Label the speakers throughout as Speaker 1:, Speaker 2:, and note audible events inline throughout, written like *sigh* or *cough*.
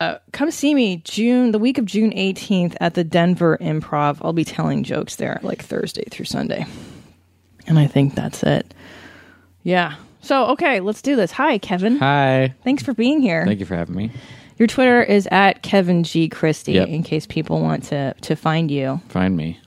Speaker 1: Uh, come see me June, the week of June 18th at the Denver Improv. I'll be telling jokes there like Thursday through Sunday. And I think that's it. Yeah. So, okay, let's do this. Hi, Kevin.
Speaker 2: Hi.
Speaker 1: Thanks for being here.
Speaker 2: Thank you for having me.
Speaker 1: Your Twitter is at Kevin G. Christie
Speaker 2: Yep.
Speaker 1: in case people want to, to find you.
Speaker 2: Find *laughs* me.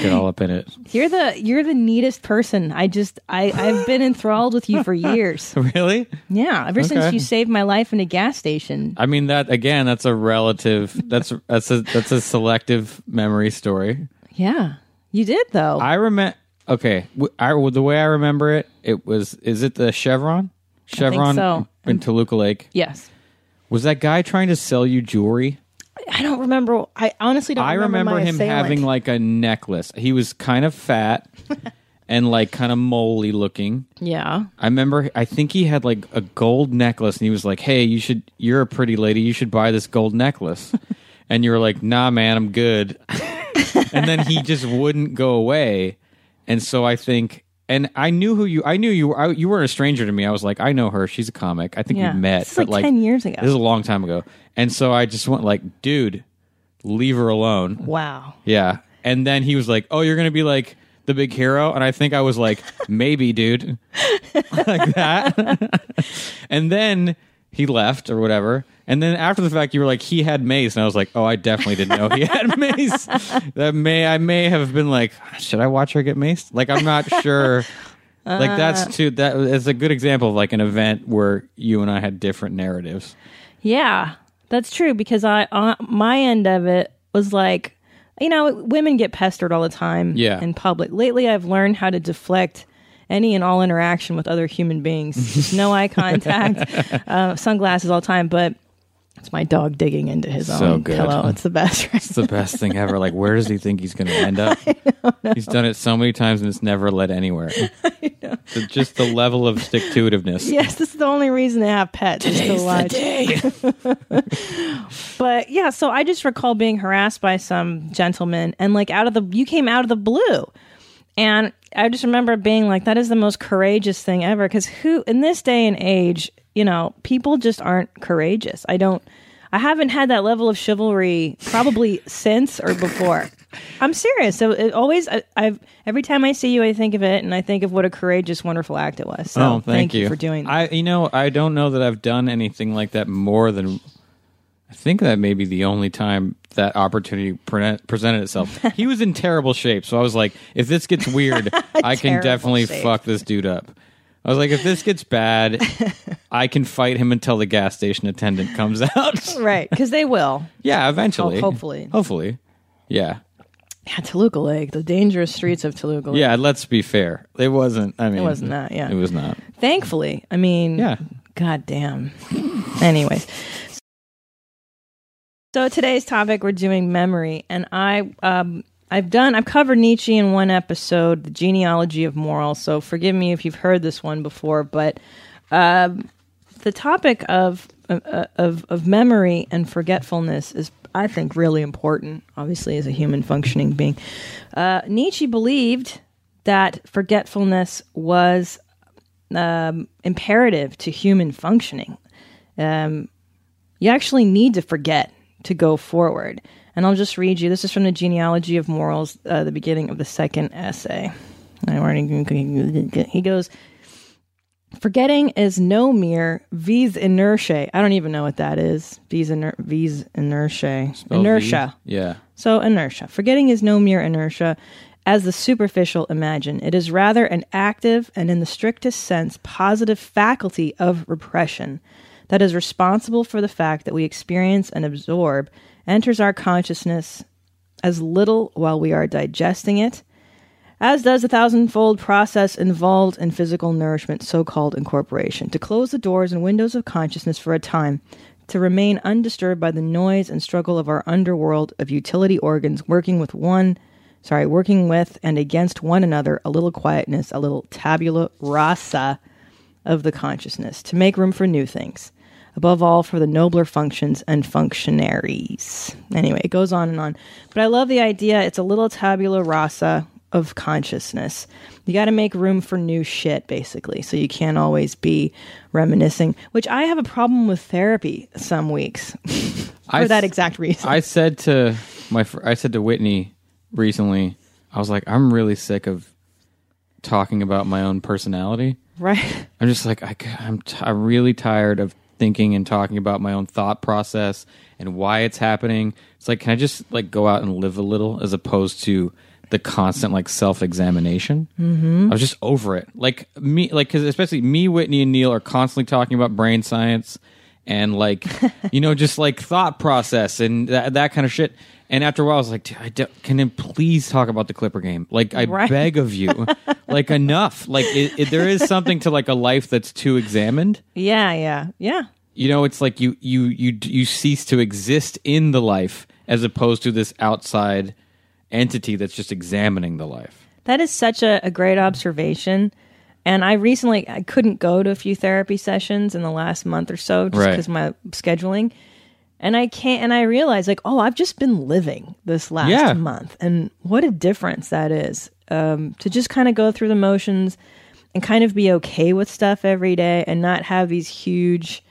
Speaker 2: Get all up in it.
Speaker 1: You're the you're the neatest person. I just I, I've been enthralled with you for
Speaker 2: *laughs*
Speaker 1: years.
Speaker 2: Really?
Speaker 1: Yeah. Ever since
Speaker 2: Okay.
Speaker 1: you saved my life in a gas station.
Speaker 2: I mean that again, that's a relative that's that's a that's a selective memory story.
Speaker 1: Yeah. You did though.
Speaker 2: I remember okay, w- I w- the way I remember it, it was is it the Chevron? Chevron
Speaker 1: so.
Speaker 2: in Toluca Lake.
Speaker 1: yes.
Speaker 2: Was that guy trying to sell you jewelry?
Speaker 1: I don't remember. I honestly don't.
Speaker 2: I remember
Speaker 1: my
Speaker 2: him
Speaker 1: assailant.
Speaker 2: having like a necklace. He was kind of *laughs* fat and like kind of moly looking.
Speaker 1: Yeah.
Speaker 2: I remember I think he had like a gold necklace and he was like, "Hey, you should you're a pretty lady, you should buy this gold necklace."
Speaker 1: *laughs*
Speaker 2: and you were like, "Nah, man, I'm good." and then he just wouldn't go away. And so I think and I knew who you I knew you were I, you weren't a stranger to me. I was like, "I know her. She's a comic. I think
Speaker 1: Yeah.
Speaker 2: we met."
Speaker 1: This is like 10 years ago.
Speaker 2: This is a long time ago. And so I just went like, "Dude, leave her alone."
Speaker 1: Wow.
Speaker 2: Yeah. And then he was like, "Oh, you're going to be like the big hero." And I think I was like, "Maybe, dude." *laughs* like that. *laughs* and then he left or whatever. And then after the fact you were like, "He had mace." And I was like, "Oh, I definitely didn't know he had mace." that may I may have been like, "Should I watch her get mace?" Like I'm not sure. Like that's too that is a good example of like an event where you and I had different narratives.
Speaker 1: Yeah, that's true because I on my end of it was like, you know, women get pestered all the time
Speaker 2: Yeah.
Speaker 1: in public. Lately, I've learned how to deflect any and all interaction with other human beings. Just no
Speaker 2: *laughs*
Speaker 1: eye contact, uh, sunglasses all the time. But it's my dog digging into his
Speaker 2: So
Speaker 1: own
Speaker 2: good.
Speaker 1: pillow. It's the
Speaker 2: *laughs*
Speaker 1: best. Right?
Speaker 2: It's the best thing ever. Like, where does he think he's going to end
Speaker 1: *laughs*
Speaker 2: up? He's done it so many times and it's never led anywhere. So just the level of stick to itiveness.
Speaker 1: *laughs* Yes, this is the only reason to have pets. is to watch. *laughs* but yeah, so I just recall being harassed by some gentleman, and like out of the you came out of the blue, and I just remember being like, that is the most courageous thing ever. Because who in this day and age, you know, people just aren't courageous. I don't. I haven't had that level of chivalry probably *laughs* since or before. I'm serious. So it always, I, I've every time I see you, I think of it, and I think of what a courageous, wonderful act it was. So
Speaker 2: Oh, thank,
Speaker 1: you. for doing. That.
Speaker 2: I, you know, I don't know that I've done anything like that more than. I think that may be the only time that opportunity pre-
Speaker 1: *laughs*
Speaker 2: presented itself. he was in terrible shape, so I was like, if this gets weird, I can
Speaker 1: Terrible
Speaker 2: definitely
Speaker 1: shape.
Speaker 2: fuck this dude up. I was like, if this
Speaker 1: *laughs*
Speaker 2: gets bad, I can fight him until the gas station
Speaker 1: *laughs*
Speaker 2: attendant comes out.
Speaker 1: right, because they will.
Speaker 2: Yeah, eventually.
Speaker 1: Oh, hopefully.
Speaker 2: Hopefully. Yeah.
Speaker 1: *laughs* Yeah, Toluca Lake, the dangerous streets of Toluca Lake.
Speaker 2: Yeah, let's be fair. It wasn't I mean It
Speaker 1: wasn't that, yeah.
Speaker 2: It was not.
Speaker 1: Thankfully, I mean,
Speaker 2: Yeah.
Speaker 1: God damn. Anyways. So today's topic we're doing memory and I um I've done I've covered Nietzsche in one episode, The Genealogy of Morals. So forgive me if you've heard this one before, but um the topic of uh, of of memory and forgetfulness is I think really important obviously as a human functioning being. Uh, Nietzsche believed that forgetfulness was um, imperative to human functioning. Um, you actually need to forget to go forward. And I'll just read you. This is from the Genealogy of Morals, uh, the beginning of the second essay. I already- He goes, Forgetting is no mere vis inertiae. I don't even know what that is. Vis, iner- vis inertiae. Inertia.
Speaker 2: LV? Yeah.
Speaker 1: So, inertia. Forgetting is no mere inertia, as the superficial imagine. It is rather an active and, in the strictest sense, positive faculty of repression that is responsible for the fact that we experience and absorb, enters our consciousness as little while we are digesting it. As does the thousandfold process involved in physical nourishment, so called incorporation, to close the doors and windows of consciousness for a time, to remain undisturbed by the noise and struggle of our underworld of utility organs working with one, sorry, working with and against one another, a little quietness, a little tabula rasa of the consciousness, to make room for new things, above all for the nobler functions and functionaries. Anyway, it goes on and on. But I love the idea. It's a little tabula rasa of consciousness. You got to make room for new shit, basically. So you can't always be reminiscing, which I have a problem with therapy some weeks *laughs* for
Speaker 2: I s-
Speaker 1: that exact reason.
Speaker 2: I said to my fr- I said to Whitney recently, I was like, I'm really sick of talking about my own personality.
Speaker 1: right? *laughs*
Speaker 2: I'm just like I, am t- I'm really tired of thinking and talking about my own thought process and why it's happening. It's like can I just like go out and live a little as opposed to the constant like self examination. Mm-hmm. I was just over it. Like me, like because especially me, Whitney and Neil are constantly talking about brain science and like you know just like thought process and that that kind of shit. And after a while, I was like, "Dude, I don't- can you please talk about the Clipper game? Like, I
Speaker 1: Right.
Speaker 2: beg beg of you like enough like it, it, there is something to like a life that's too examined
Speaker 1: Yeah, yeah, yeah.
Speaker 2: you know it's like you you you you cease to exist in the life as opposed to this outside entity that's just examining the life
Speaker 1: That is such a, a great observation. And I recently I couldn't go to a few therapy sessions in the last month or so just
Speaker 2: Right.
Speaker 1: because my scheduling. And I can't and I realized like, oh, I've just been living this last
Speaker 2: Yeah.
Speaker 1: month. And what a difference that is. Um, to just kind of go through the motions and kind of be okay with stuff every day and not have these huge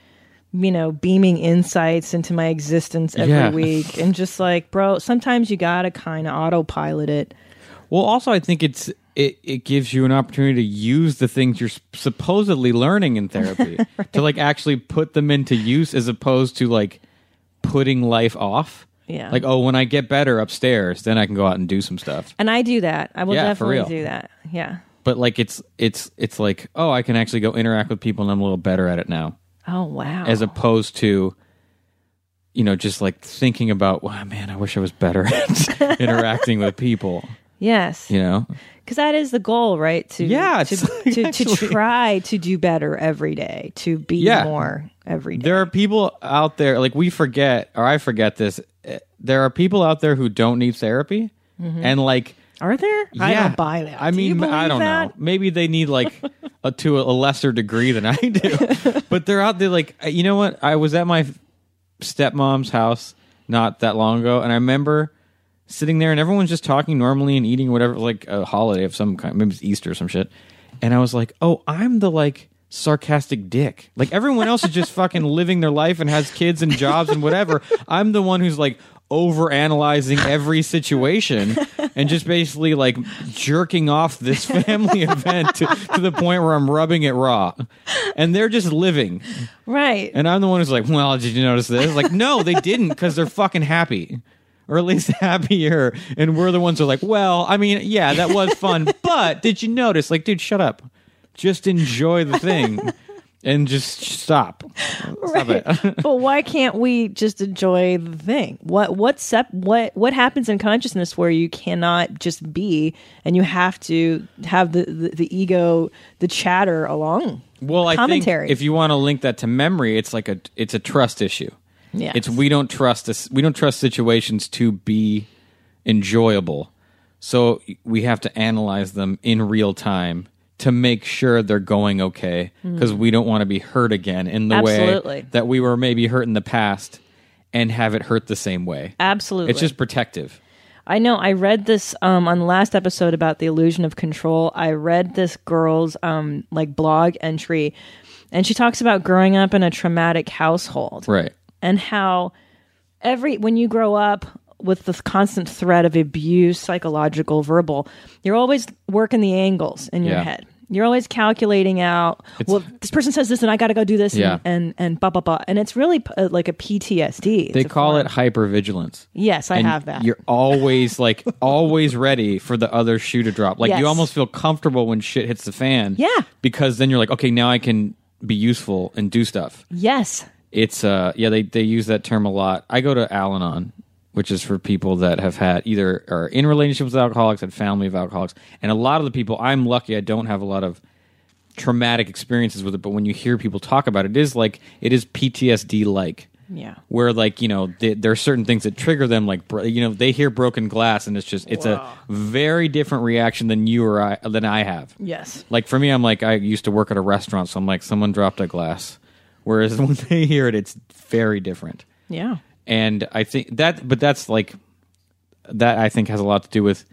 Speaker 1: you know, beaming insights into my existence every
Speaker 2: Yeah.
Speaker 1: week, and just like, bro, sometimes you gotta kind of autopilot it.
Speaker 2: well also i think it's it, it gives you an opportunity to use the things you're s- supposedly learning in therapy to like actually put them into use as opposed to like putting life off
Speaker 1: Yeah.
Speaker 2: like oh when i get better upstairs then i can go out and do some stuff
Speaker 1: And I do that. I will
Speaker 2: Yeah, for
Speaker 1: definitely
Speaker 2: real.
Speaker 1: do that. Yeah.
Speaker 2: but like it's it's it's like oh i can actually go interact with people and i'm a little better at it now
Speaker 1: Oh wow.
Speaker 2: as opposed to you know just like thinking about wow man i wish i was better *laughs* at interacting with people
Speaker 1: yes,
Speaker 2: you know
Speaker 1: because that is the goal, right? To
Speaker 2: Yeah,
Speaker 1: to,
Speaker 2: it's *laughs*
Speaker 1: to,
Speaker 2: like,
Speaker 1: to
Speaker 2: actually-
Speaker 1: try to do better every day, to be
Speaker 2: Yeah.
Speaker 1: more every day.
Speaker 2: there are people out there like we forget or i forget this eh, there are people out there who don't need therapy and like
Speaker 1: Are there? Mm-hmm. I
Speaker 2: yeah,
Speaker 1: don't buy that.
Speaker 2: I
Speaker 1: Do you
Speaker 2: mean,
Speaker 1: believe
Speaker 2: I don't
Speaker 1: that?
Speaker 2: know. Maybe they need
Speaker 1: *laughs*
Speaker 2: like a, to a lesser degree than I do, but they're out there. Like, eh, you know what? I was at my stepmom's house not that long ago, and I remember sitting there, and everyone's just talking normally and eating whatever, like a holiday of some kind. Maybe it's Easter or some shit. And I was like, oh, I'm the like sarcastic dick. Like everyone else is just fucking living their life and has kids and jobs and whatever. I'm the one who's like over analyzing every situation and just basically like jerking off this family event to, to the point where I'm rubbing it raw. And they're just living.
Speaker 1: Right.
Speaker 2: And I'm the one who's like, well, did you notice this? Like, no, they didn't because they're fucking happy. Or at least *laughs* happier. And we're the ones who are like, well, I mean, yeah, that was fun. but did you notice? Like, dude, shut up. Just enjoy the thing and just stop. *laughs* Stop
Speaker 1: Right.
Speaker 2: it. *laughs*
Speaker 1: but why can't we just enjoy the thing? What what sep- what what happens in consciousness where you cannot just be and you have to have the, the, the ego the chatter along?
Speaker 2: Well, I
Speaker 1: commentary.
Speaker 2: think if you want to link that to memory, it's like a it's a trust issue.
Speaker 1: Yes.
Speaker 2: It's we don't trust us we don't trust situations to be enjoyable. So we have to analyze them in real time to make sure they're going okay because we don't want to be hurt again in the
Speaker 1: Hmm. Absolutely.
Speaker 2: way that we were maybe hurt in the past and have it hurt the same way.
Speaker 1: Absolutely.
Speaker 2: It's just protective.
Speaker 1: I know. I read this um, on the last episode about the illusion of control. I read this girl's um, like blog entry, and she talks about growing up in a traumatic household
Speaker 2: Right.
Speaker 1: and how every when you grow up with this constant threat of abuse, psychological, verbal, you're always working the angles in your
Speaker 2: Yeah.
Speaker 1: head. You're always calculating out. well, this person says this, and I got to go do this,
Speaker 2: Yeah.
Speaker 1: and and blah blah blah. And it's really uh, like a PTSD.
Speaker 2: They call it hypervigilance.
Speaker 1: Yes, I
Speaker 2: and
Speaker 1: have that.
Speaker 2: You're always like always ready for the other shoe to drop. Like
Speaker 1: Yes.
Speaker 2: you almost feel comfortable when shit hits the fan.
Speaker 1: Yeah.
Speaker 2: Because then you're like, okay, now I can be useful and do stuff.
Speaker 1: Yes.
Speaker 2: It's uh yeah, they they use that term a lot. I go to Al Anon, which is for people that have had either are in relationships with alcoholics and family of alcoholics. And a lot of the people I'm lucky I don't have a lot of traumatic experiences with it, but when you hear people talk about it, it is like it is PTSD like
Speaker 1: Yeah.
Speaker 2: where like you know th there are certain things that trigger them like bro- you know they hear broken glass and it's just it's a very different reaction than you or i than i have
Speaker 1: Yes.
Speaker 2: like for me i'm like i used to work at a restaurant so i'm like someone dropped a glass whereas *laughs* when they hear it it's very different
Speaker 1: Yeah.
Speaker 2: and i think that but that's like that i think has a lot to do with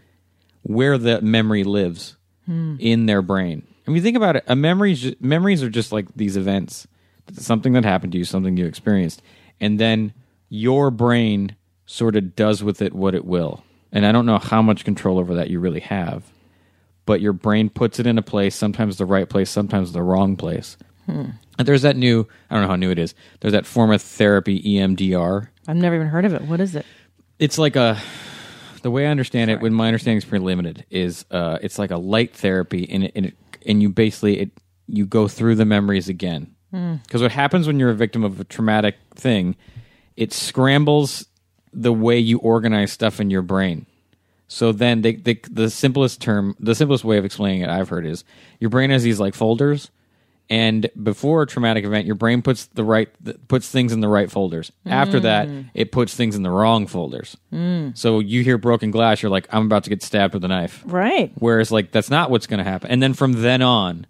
Speaker 2: where the memory lives in their brain. I mean, think about it. A memories memories are just like these events, something that happened to you, something you experienced, and then your brain sort of does with it what it will. And I don't know how much control over that you really have, but your brain puts it in a place, sometimes the right place, sometimes the wrong place. And there's that new, I don't know how new it is. There's that form of therapy, E EMDR
Speaker 1: I've never even heard of it. What is it?
Speaker 2: it's like a the way I understand it, when my understanding is pretty limited, is uh, it's like a light therapy, and it, and, it, and you basically it you go through the memories again. Because what happens when you're a victim of a traumatic thing, it scrambles the way you organize stuff in your brain. So then they, they, the simplest term, the simplest way of explaining it I've heard is your brain has these like folders. And before a traumatic event, your brain puts the right th- puts things in the right folders. After that,
Speaker 1: Mm.
Speaker 2: it puts things in the wrong folders. So you hear broken glass, you're like, I'm about to get stabbed with a knife.
Speaker 1: Right.
Speaker 2: Whereas like that's not what's going to happen. And then from then on,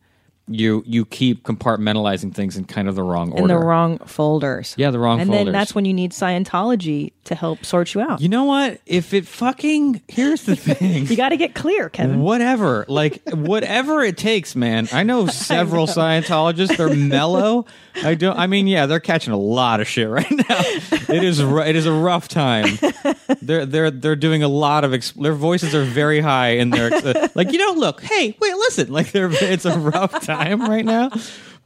Speaker 2: you you keep compartmentalizing things in kind of the wrong order.
Speaker 1: In the wrong folders.
Speaker 2: Yeah, the wrong
Speaker 1: and
Speaker 2: folders.
Speaker 1: then that's when you need Scientology to help sort you out.
Speaker 2: you know what? If it fucking
Speaker 1: *laughs*
Speaker 2: here's the thing.
Speaker 1: You got to get clear, Kevin.
Speaker 2: whatever like whatever it takes man
Speaker 1: *laughs*
Speaker 2: i know several scientologists they're mellow i don't i mean yeah they're catching a lot of shit right now it is ru- it is a rough time they're they're they're doing a lot of exp- their voices are very high and they're ex- uh, like you know look hey wait listen like they're it's a rough time right now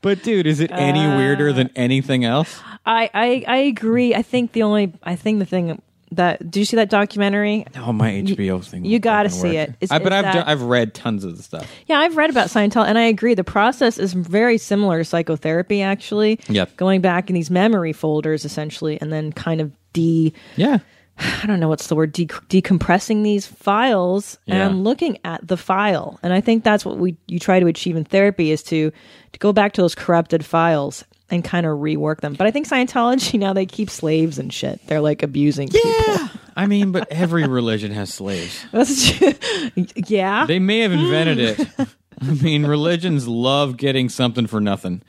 Speaker 2: but dude is it any
Speaker 1: Uh,
Speaker 2: weirder than anything else
Speaker 1: I, I I agree. I think the only I think the thing that do you see that documentary?
Speaker 2: oh my hbo thing
Speaker 1: you
Speaker 2: won't
Speaker 1: gotta
Speaker 2: fucking
Speaker 1: see
Speaker 2: work.
Speaker 1: it. It's-
Speaker 2: I, but
Speaker 1: it's
Speaker 2: i've
Speaker 1: that-
Speaker 2: done, i've read tons of the stuff
Speaker 1: Yeah, I've read about Scientology, and I agree. The process is very similar to psychotherapy, actually.
Speaker 2: Yep.
Speaker 1: Going back in these memory folders, essentially, and then kind of de
Speaker 2: yeah
Speaker 1: I don't know what's the word de- decompressing these files
Speaker 2: Yeah.
Speaker 1: and looking at the file. And I think that's what we you try to achieve in therapy is to to go back to those corrupted files and kind of rework them. But I think Scientology now they keep slaves and shit. They're like abusing. Yeah,
Speaker 2: yeah i mean but every religion has slaves
Speaker 1: That's *laughs* yeah.
Speaker 2: They may have invented
Speaker 1: Hmm. *laughs*
Speaker 2: it. I mean, religions love getting something for nothing.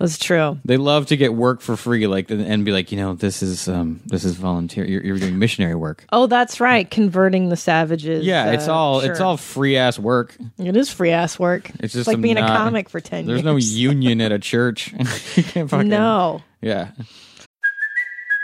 Speaker 1: that's true.
Speaker 2: They love to get work for free, like and- and be like, you know, this is um, this is volunteer. You're, you're doing missionary work.
Speaker 1: Oh, that's right. Converting the savages.
Speaker 2: Yeah, it's
Speaker 1: uh,
Speaker 2: all it's
Speaker 1: sure.
Speaker 2: all free ass work.
Speaker 1: It is free ass work.
Speaker 2: It's just
Speaker 1: like being
Speaker 2: not-
Speaker 1: a comic for ten
Speaker 2: There's
Speaker 1: *laughs* years.
Speaker 2: no union at a church. *laughs* You can't fucking-
Speaker 1: no.
Speaker 2: Yeah.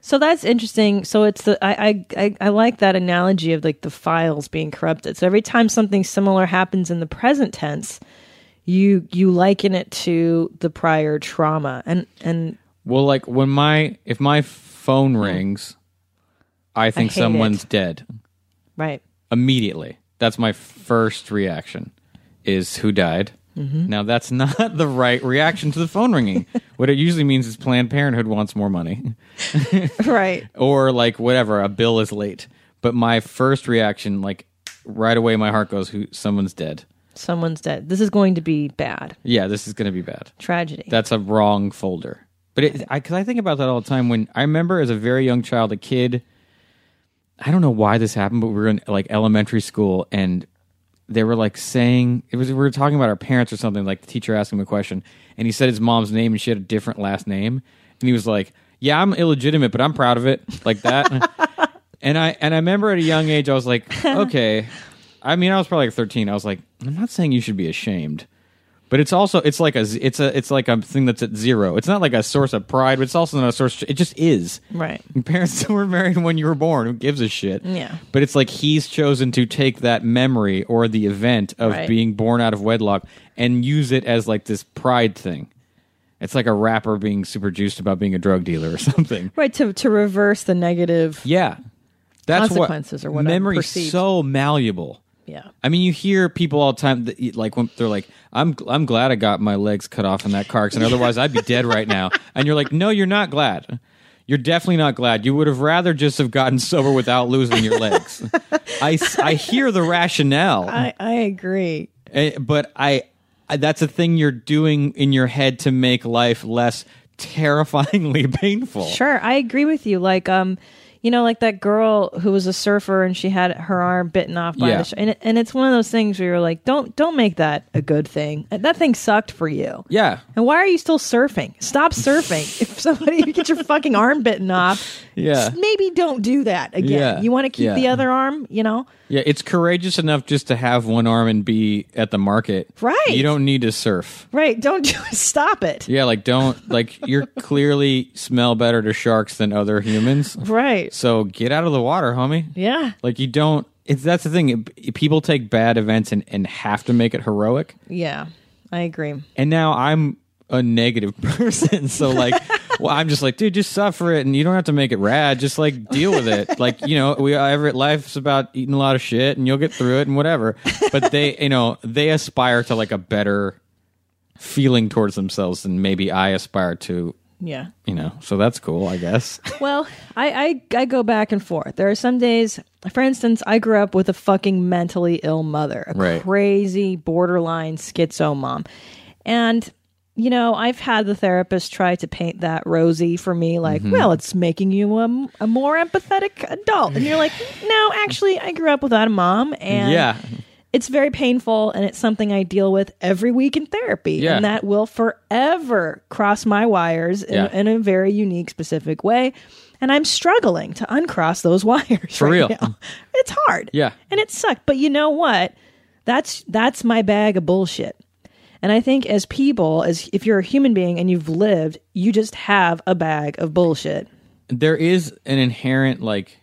Speaker 1: So that's interesting. So it's the I, I I I like that analogy of like the files being corrupted. So every time something similar happens in the present tense, you you liken it to the prior trauma, and and
Speaker 2: Well, like when my if my phone rings, I think
Speaker 1: Hmm. hate it.
Speaker 2: someone's dead
Speaker 1: right.
Speaker 2: immediately. That's my first reaction is who died. Now that's *laughs* not the right reaction to the phone ringing. what it usually means is Planned Parenthood wants more money *laughs*
Speaker 1: Right.
Speaker 2: or like whatever, a bill is late. But my first reaction like right away my heart goes who someone's dead.
Speaker 1: Someone's dead. This is going to be bad.
Speaker 2: Yeah, this is going to be bad.
Speaker 1: Tragedy.
Speaker 2: That's a wrong folder. But it, I, cause I think about that all the time. When I remember as a very young child, a kid, I don't know why this happened, but we were in like elementary school and they were like saying it was we were talking about our parents or something. Like the teacher asked him a question, and he said his mom's name, and she had a different last name, and he was like, "Yeah, I'm illegitimate, but I'm proud of it," like that. and I and I remember at a young age, I
Speaker 1: *laughs*
Speaker 2: was like, "Okay." I mean, I was probably like 13. I was like, "I'm not saying you should be ashamed." But it's also it's like a z- it's a it's like a thing that's at zero. It's not like a source of pride, but it's also not a source. It just is.
Speaker 1: Right.
Speaker 2: Your parents *laughs* were married when you were born. Who gives a shit?
Speaker 1: Yeah.
Speaker 2: But it's like he's chosen to take that memory or the event of
Speaker 1: Right.
Speaker 2: being born out of wedlock and use it as like this pride thing. It's like a rapper being super juiced about being a drug dealer or *laughs* something.
Speaker 1: right to to reverse the negative.
Speaker 2: Yeah. That's
Speaker 1: Consequences
Speaker 2: what
Speaker 1: or whatever
Speaker 2: memory's
Speaker 1: perceived.
Speaker 2: so malleable.
Speaker 1: Yeah.
Speaker 2: I mean, you hear people all the time, that, you- like when they're like, "I'm I'm glad
Speaker 1: *laughs*
Speaker 2: I got my legs cut off in that car accident, otherwise I'd be dead right now." And you're like, "No, you're not glad. You're definitely not glad. You would have rather just have gotten sober without losing your legs.
Speaker 1: *laughs*
Speaker 2: I, s- I hear the rationale,
Speaker 1: I, I agree.
Speaker 2: Eh, but I, I that's a thing you're doing in your head to make life less terrifyingly *laughs* painful.
Speaker 1: Sure, I agree with you. Like, um, you know, like that girl who was a surfer and she had her arm bitten off by
Speaker 2: Yeah.
Speaker 1: the sh- and it, and it's one of those things where you're like, don't don't make that a good thing. That thing sucked for you.
Speaker 2: Yeah.
Speaker 1: And why are you still surfing? Stop surfing. if *laughs* somebody you get your fucking arm bitten off,
Speaker 2: Yeah.
Speaker 1: maybe don't do that again.
Speaker 2: Yeah.
Speaker 1: You want to keep
Speaker 2: Yeah.
Speaker 1: the other arm, you know?
Speaker 2: Yeah, it's courageous enough just to have one arm and be at the market.
Speaker 1: Right.
Speaker 2: You don't need to surf.
Speaker 1: Right. Don't do Stop it. *laughs*
Speaker 2: Yeah, like don't *laughs* like you're clearly smell better to sharks than other humans.
Speaker 1: Right.
Speaker 2: So get out of the water, homie.
Speaker 1: Yeah.
Speaker 2: Like you don't it's that's the thing. It- people take bad events and, and have to make it heroic.
Speaker 1: Yeah. I agree.
Speaker 2: And now I'm a negative *laughs* person. So like well, I'm just like, dude, just suffer it and you don't have to make it rad. Just like deal with it. Like, you know, we every life's about eating a lot of shit and you'll get through it and whatever. But they you know, they aspire to like a better feeling towards themselves than maybe I aspire to,
Speaker 1: Yeah.
Speaker 2: you know. So that's cool, I guess.
Speaker 1: Well, I, I I go back and forth. There are some days, for instance, I grew up with a fucking mentally ill mother, a
Speaker 2: Right.
Speaker 1: crazy borderline schizo mom, and you know I've had the therapist try to paint that rosy for me, like,
Speaker 2: Mm-hmm.
Speaker 1: well, it's making you a, a more empathetic adult, and you're like, no, actually, I grew up without a mom, and
Speaker 2: yeah.
Speaker 1: it's very painful and it's something I deal with every week in therapy.
Speaker 2: Yeah.
Speaker 1: And that will forever cross my wires in,
Speaker 2: Yeah.
Speaker 1: in a very unique, specific way. And I'm struggling to uncross those *laughs* wires.
Speaker 2: For
Speaker 1: right
Speaker 2: real.
Speaker 1: now. It's hard.
Speaker 2: Yeah.
Speaker 1: And it sucked. But you know what? That's that's my bag of bullshit. And I think as people, as if you're a human being and you've lived, you just have a bag of bullshit.
Speaker 2: there is an inherent like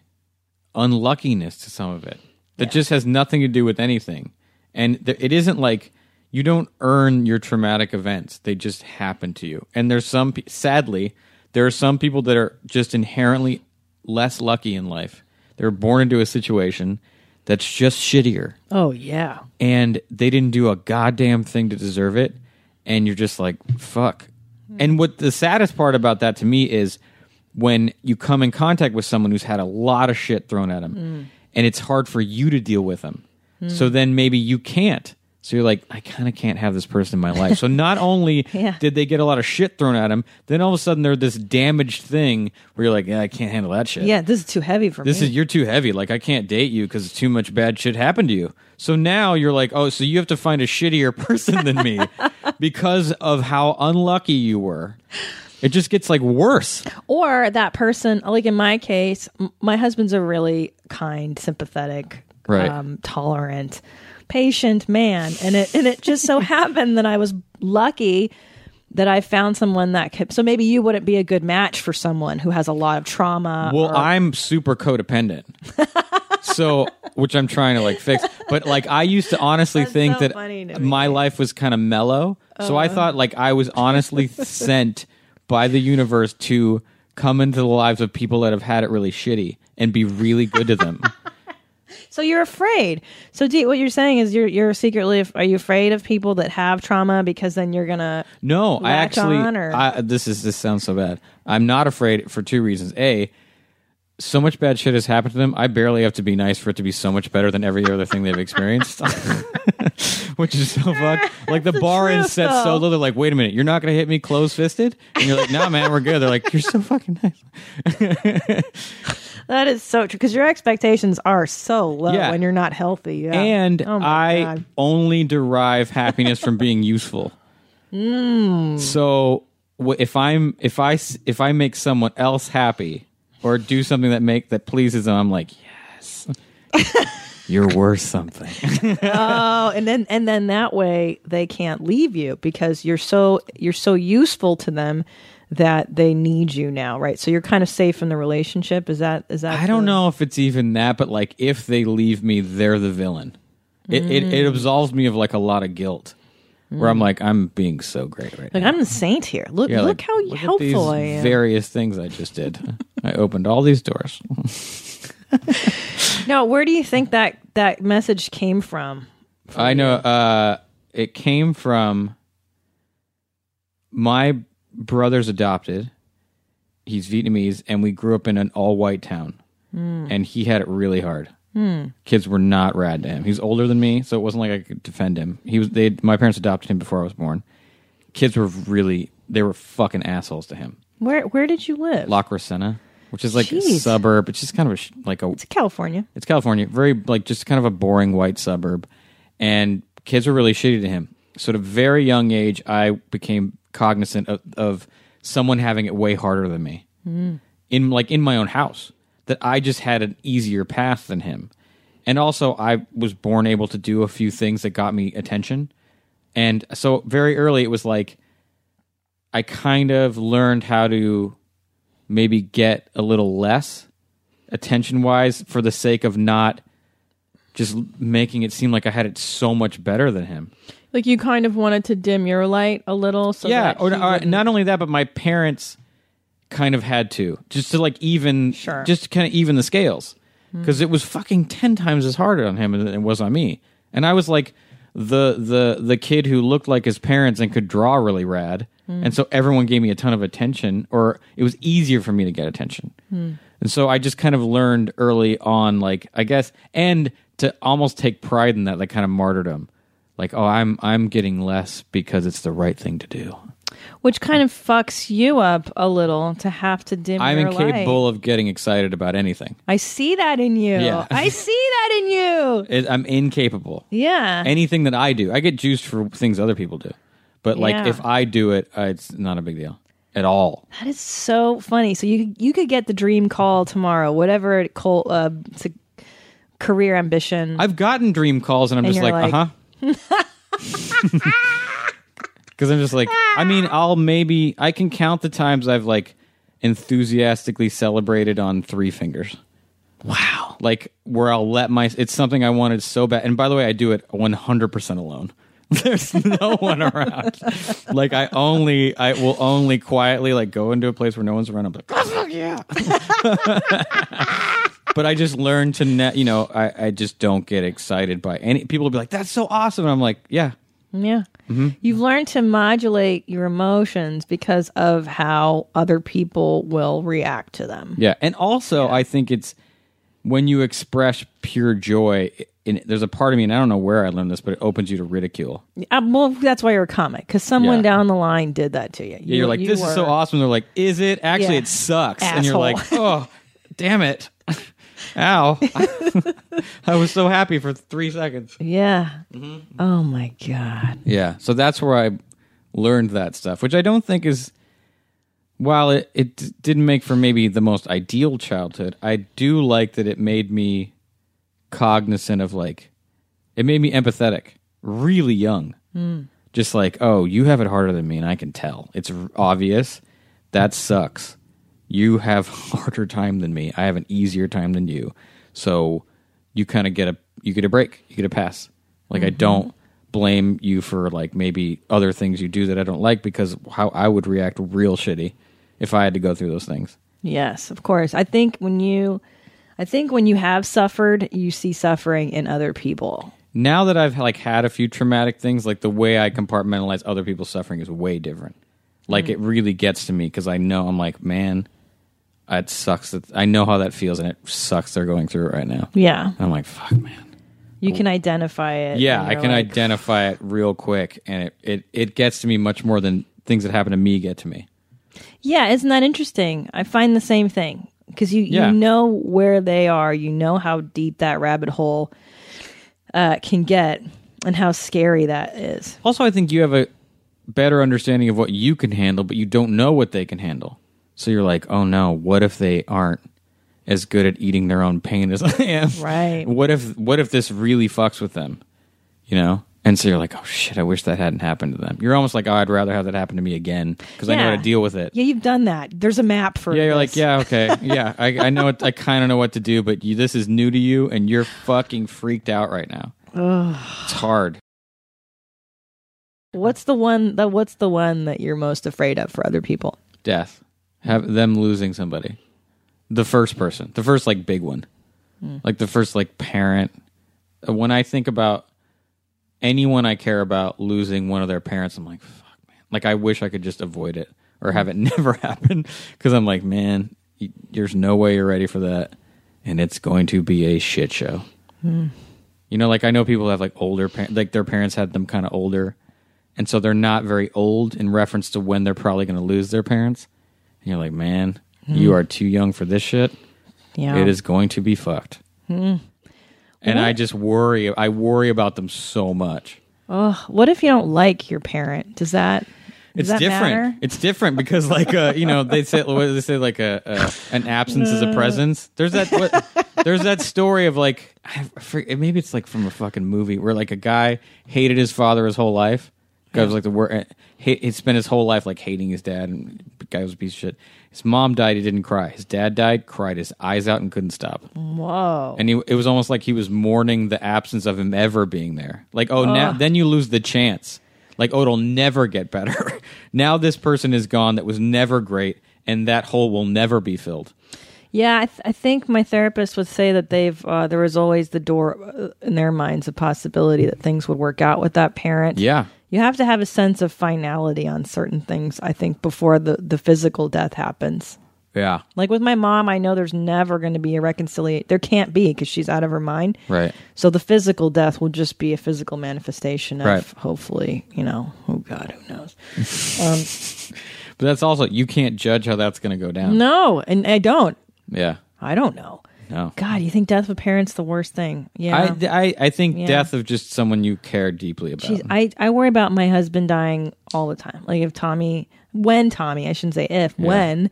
Speaker 2: unluckiness to some of it that just has nothing to do with anything and th- it isn't like you don't earn your traumatic events they just happen to you and there's some pe- sadly there are some people that are just inherently less lucky in life they're born into a situation that's just shittier
Speaker 1: Oh yeah.
Speaker 2: and they didn't do a goddamn thing to deserve it and you're just like fuck
Speaker 1: Hmm.
Speaker 2: and what the saddest part about that to me is when you come in contact with someone who's had a lot of shit thrown at them
Speaker 1: Hmm.
Speaker 2: and it's hard for you to deal with them so then maybe you can't so you're like i kind of can't have this person in my life so not only
Speaker 1: *laughs* Yeah.
Speaker 2: did they get a lot of shit thrown at them then all of a sudden they're this damaged thing where you're like yeah, i can't handle that shit
Speaker 1: Yeah, this is too heavy for
Speaker 2: this
Speaker 1: me.
Speaker 2: is you're too heavy like i can't date you because too much bad shit happened to you so now you're like oh so you have to find a shittier *laughs* person
Speaker 1: *laughs*
Speaker 2: than me because of how unlucky you were it just gets like worse
Speaker 1: or that person like in my case m- my husband's a really kind sympathetic um,
Speaker 2: Right.
Speaker 1: tolerant patient man and it and it just so *laughs* happened that i was lucky that i found someone that could so maybe you wouldn't be a good match for someone who has a lot of trauma
Speaker 2: well
Speaker 1: or-
Speaker 2: i'm super codependent
Speaker 1: *laughs*
Speaker 2: so which i'm trying to like fix but like i used to honestly think
Speaker 1: so
Speaker 2: that
Speaker 1: funny to me. Uh-huh.
Speaker 2: my life was kind of mellow so i thought like i was
Speaker 1: *laughs*
Speaker 2: honestly sent by the universe to come into the lives of people that have had it really shitty and be really good to them
Speaker 1: so you're afraid so D, what you're saying is you're you're secretly af- are you afraid of people that have trauma because then you're gonna
Speaker 2: No, I
Speaker 1: latch
Speaker 2: actually.
Speaker 1: on, or-
Speaker 2: I, this is this sounds so bad. I'm not afraid for two reasons. A, so much bad shit has happened to them. I barely have to be nice for it to be so much better than every other thing they've experienced, *laughs* which
Speaker 1: *laughs*
Speaker 2: is so fucked. Like the
Speaker 1: the
Speaker 2: bar is
Speaker 1: truth,
Speaker 2: set so
Speaker 1: though.
Speaker 2: low. They're like, wait a minute, you're not gonna hit me close fisted, and you're like, nah, man, we're good. They're like, you're so fucking nice.
Speaker 1: that is so true because your expectations are so low
Speaker 2: Yeah.
Speaker 1: when you're not healthy yeah.
Speaker 2: And
Speaker 1: Oh my
Speaker 2: I
Speaker 1: God.
Speaker 2: only derive happiness
Speaker 1: *laughs*
Speaker 2: from being useful.
Speaker 1: Hmm.
Speaker 2: So wh- if I'm if I s- if I make someone else happy or do something that make that pleases them, I'm like, yes,
Speaker 1: *laughs*
Speaker 2: you're worth something.
Speaker 1: Oh, and then and then that way they can't leave you because you're so you're so useful to them that they need you now, right? So you're kind of safe in the relationship. Is that is that
Speaker 2: I don't
Speaker 1: the-
Speaker 2: know if it's even that, but like if they leave me, they're the villain. It it,
Speaker 1: Hmm.
Speaker 2: it absolves me of like a lot of guilt, where I'm like, I'm being so great right now.
Speaker 1: Like I'm the saint here. Look
Speaker 2: Yeah,
Speaker 1: look
Speaker 2: like,
Speaker 1: how
Speaker 2: at
Speaker 1: helpful
Speaker 2: these
Speaker 1: I am.
Speaker 2: Various things I just did. I opened all these doors.
Speaker 1: no, where do you think that that message came from?
Speaker 2: I know. Uh, it came from my brother's adopted, he's Vietnamese, and we grew up in an all white town, and he had it really hard. Kids were not rad to him. He's older than me, so it wasn't like I could defend him. He was they my parents adopted him before I was born. Kids were really they were fucking assholes to him.
Speaker 1: Where where did you live?
Speaker 2: La Crescenta, which is like a
Speaker 1: Jeez.
Speaker 2: suburb, it's just kind of a, sh- like a
Speaker 1: It's California.
Speaker 2: it's California, very like just kind of a boring white suburb, and kids were really shitty to him. So at a very young age, I became cognizant of, of someone having it way harder than me in like in my own house that I just had an easier path than him, and also I was born able to do a few things that got me attention, and so very early it was like I kind of learned how to maybe get a little less attention wise for the sake of not just making it seem like I had it so much better than him.
Speaker 3: Like you kind of wanted to dim your light a little, so
Speaker 2: yeah,
Speaker 3: that
Speaker 2: or, uh,
Speaker 3: he
Speaker 2: or
Speaker 3: wouldn't-
Speaker 2: not only that, but my parents kind of had to just to like even,
Speaker 1: Sure.
Speaker 2: just to kind of even the scales because it was fucking ten times as hard on him than it was on me, and I was like the the the kid who looked like his parents and could draw really rad, and so everyone gave me a ton of attention, or it was easier for me to get attention, and so I just kind of learned early on, like I guess, and to almost take pride in that, like kind of martyrdom. Like oh I'm I'm getting less because it's the right thing to do.
Speaker 1: Which kind of fucks you up a little to have to dim
Speaker 2: I'm
Speaker 1: your light.
Speaker 2: incapable of getting excited about anything.
Speaker 1: I see that in you.
Speaker 2: Yeah.
Speaker 1: I see that in
Speaker 2: *laughs*
Speaker 1: you.
Speaker 2: It, I'm incapable.
Speaker 1: Yeah.
Speaker 2: Anything that I do, I get juiced for things other people do. But like
Speaker 1: Yeah.
Speaker 2: if I do it, uh, it's not a big deal at all.
Speaker 1: That is so funny. So you you could get the dream call tomorrow, whatever it call, uh, it's a career ambition.
Speaker 2: I've gotten dream calls and I'm
Speaker 1: Mm. And
Speaker 2: just
Speaker 1: you're like-
Speaker 2: like, uh huh. *laughs* Because I'm just like, I mean, I'll maybe, I can count the times I've like enthusiastically celebrated on three fingers. Wow. Like where I'll let my, it's something I wanted so bad. And by the way, I do it 100% alone. *laughs* There's no one around. Like I only, I will only quietly like go into a place where no one's around. I'm like, oh, fuck yeah. but I just learned to, ne- you know, I, I just don't get excited by any, people will be like, that's so awesome. And I'm like, yeah,
Speaker 1: yeah.
Speaker 2: Mm-hmm.
Speaker 1: You've learned to modulate your emotions because of how other people will react to them.
Speaker 2: Yeah, and also I think it's when you express pure joy. In, there's a part of me, and I don't know where I learned this, but it opens you to ridicule.
Speaker 1: Uh, well, that's why you're a comic because someone
Speaker 2: Yeah.
Speaker 1: down the line did that to you.
Speaker 2: Yeah, you're like,
Speaker 1: you
Speaker 2: this is so
Speaker 1: were-
Speaker 2: awesome. They're like, is it? Actually,
Speaker 1: Yeah.
Speaker 2: it sucks. And you're like, oh, damn it. *laughs* Ow. *laughs* I was so happy for three seconds.
Speaker 1: Yeah.
Speaker 2: Mm-hmm.
Speaker 1: Oh my god.
Speaker 2: Yeah. So that's where I learned that stuff, which I don't think is, while it, it d- didn't make for maybe the most ideal childhood, I do like that it made me cognizant of like, it made me empathetic really young. Just like, oh, you have it harder than me and I can tell. It's r- obvious. That sucks. You have *laughs* harder time than me. I have an easier time than you. So you kind of get a you get a break. You get a pass. Like I don't blame you for like maybe other things you do that I don't like because how I would react real shitty if I had to go through those things.
Speaker 1: Yes, of course. I think when you, I think when you have suffered, you see suffering in other people.
Speaker 2: now that I've like had a few traumatic things, like the way I compartmentalize other people's suffering is way different.
Speaker 1: Hmm.
Speaker 2: Like it really gets to me because I know I'm like, man, it sucks that I know how that feels, and it sucks they're going through it right now.
Speaker 1: Yeah.
Speaker 2: I'm like, fuck, man.
Speaker 1: You can identify it.
Speaker 2: Yeah,
Speaker 1: and
Speaker 2: I
Speaker 1: you're
Speaker 2: can
Speaker 1: like,
Speaker 2: identify it real quick, and it, it it gets to me much more than things that happen to me get to me.
Speaker 1: Yeah, isn't that interesting? I find the same thing because you
Speaker 2: Yeah.
Speaker 1: you know where they are, you know how deep that rabbit hole uh, can get, and how scary that is.
Speaker 2: Also, I think you have a better understanding of what you can handle, but you don't know what they can handle. So you're like, oh no, what if they aren't as good at eating their own pain as *laughs* I am?
Speaker 1: Right.
Speaker 2: What if what if this really fucks with them? You know? And so you're like, oh shit, I wish that hadn't happened to them. You're almost like, oh, I'd rather have that happen to me again because I know how
Speaker 1: Yeah.
Speaker 2: to deal with it.
Speaker 1: Yeah, you've done that. There's a map for.
Speaker 2: Yeah, you're
Speaker 1: this. *laughs*
Speaker 2: like, yeah, okay, yeah, I, I know, it, I kind of know what to do, but you, this is new to you, and you're fucking freaked out right now. It's hard.
Speaker 1: What's the one that? What's the one that you're most afraid of for other people?
Speaker 2: death have them losing somebody the first person the first like big one like the first like parent Uh, when i think about anyone i care about losing one of their parents i'm like fuck man like i wish i could just avoid it or have it *laughs* never happen because I'm like, man, y- there's no way you're ready for that, and it's going to be a shit show. You know, like I know people have like older, par- like their parents had them kind of older, and so they're not very old in reference to when they're probably going to lose their parents. And you're like, man, you are too young for this shit.
Speaker 1: Yeah.
Speaker 2: It is going to be fucked. And I just worry. I worry about them so much.
Speaker 1: What if you don't like your parent? Does that does
Speaker 2: It's
Speaker 1: that
Speaker 2: different.
Speaker 1: matter?
Speaker 2: It's different because, like, uh, you know, they say what do they say like a, a an absence
Speaker 1: Uh.
Speaker 2: is a presence. There's that.
Speaker 1: *laughs*
Speaker 2: What, there's that story of like, I forget, maybe it's like from a fucking movie where like a guy hated his father his whole life. Guy was like the worst. He, he spent his whole life like hating his dad, and the guy was a piece of shit. His mom died. He didn't cry. His dad died. Cried his eyes out and couldn't stop.
Speaker 1: Whoa.
Speaker 2: and he, it was almost like he was mourning the absence of him ever being there. Like, oh, now then you lose the chance. Like, oh, it'll never get better. *laughs* now this person is gone that was never great, and that hole will never be filled.
Speaker 1: Yeah, I, th- I think my therapist would say that they've uh, there was always the door uh, in their minds a possibility that things would work out with that parent.
Speaker 2: Yeah,
Speaker 1: You have to have a sense of finality on certain things, I think, before the, the physical death happens.
Speaker 2: yeah,
Speaker 1: Like with my mom, I know there's never going to be a reconciliation. There can't be because she's out of her mind.
Speaker 2: right.
Speaker 1: So the physical death will just be a physical manifestation of
Speaker 2: Right.
Speaker 1: hopefully, you know, oh God, who knows?
Speaker 2: But that's also you can't judge how that's going to go down.
Speaker 1: No, and I don't.
Speaker 2: Yeah,
Speaker 1: I don't know.
Speaker 2: no.
Speaker 1: God, you think death of a parent's the worst thing? Yeah.
Speaker 2: I, I I think
Speaker 1: Yeah.
Speaker 2: death of just someone you care deeply about.
Speaker 1: Jeez, I, I worry about my husband dying all the time. Like if Tommy, when Tommy, I shouldn't say if, when,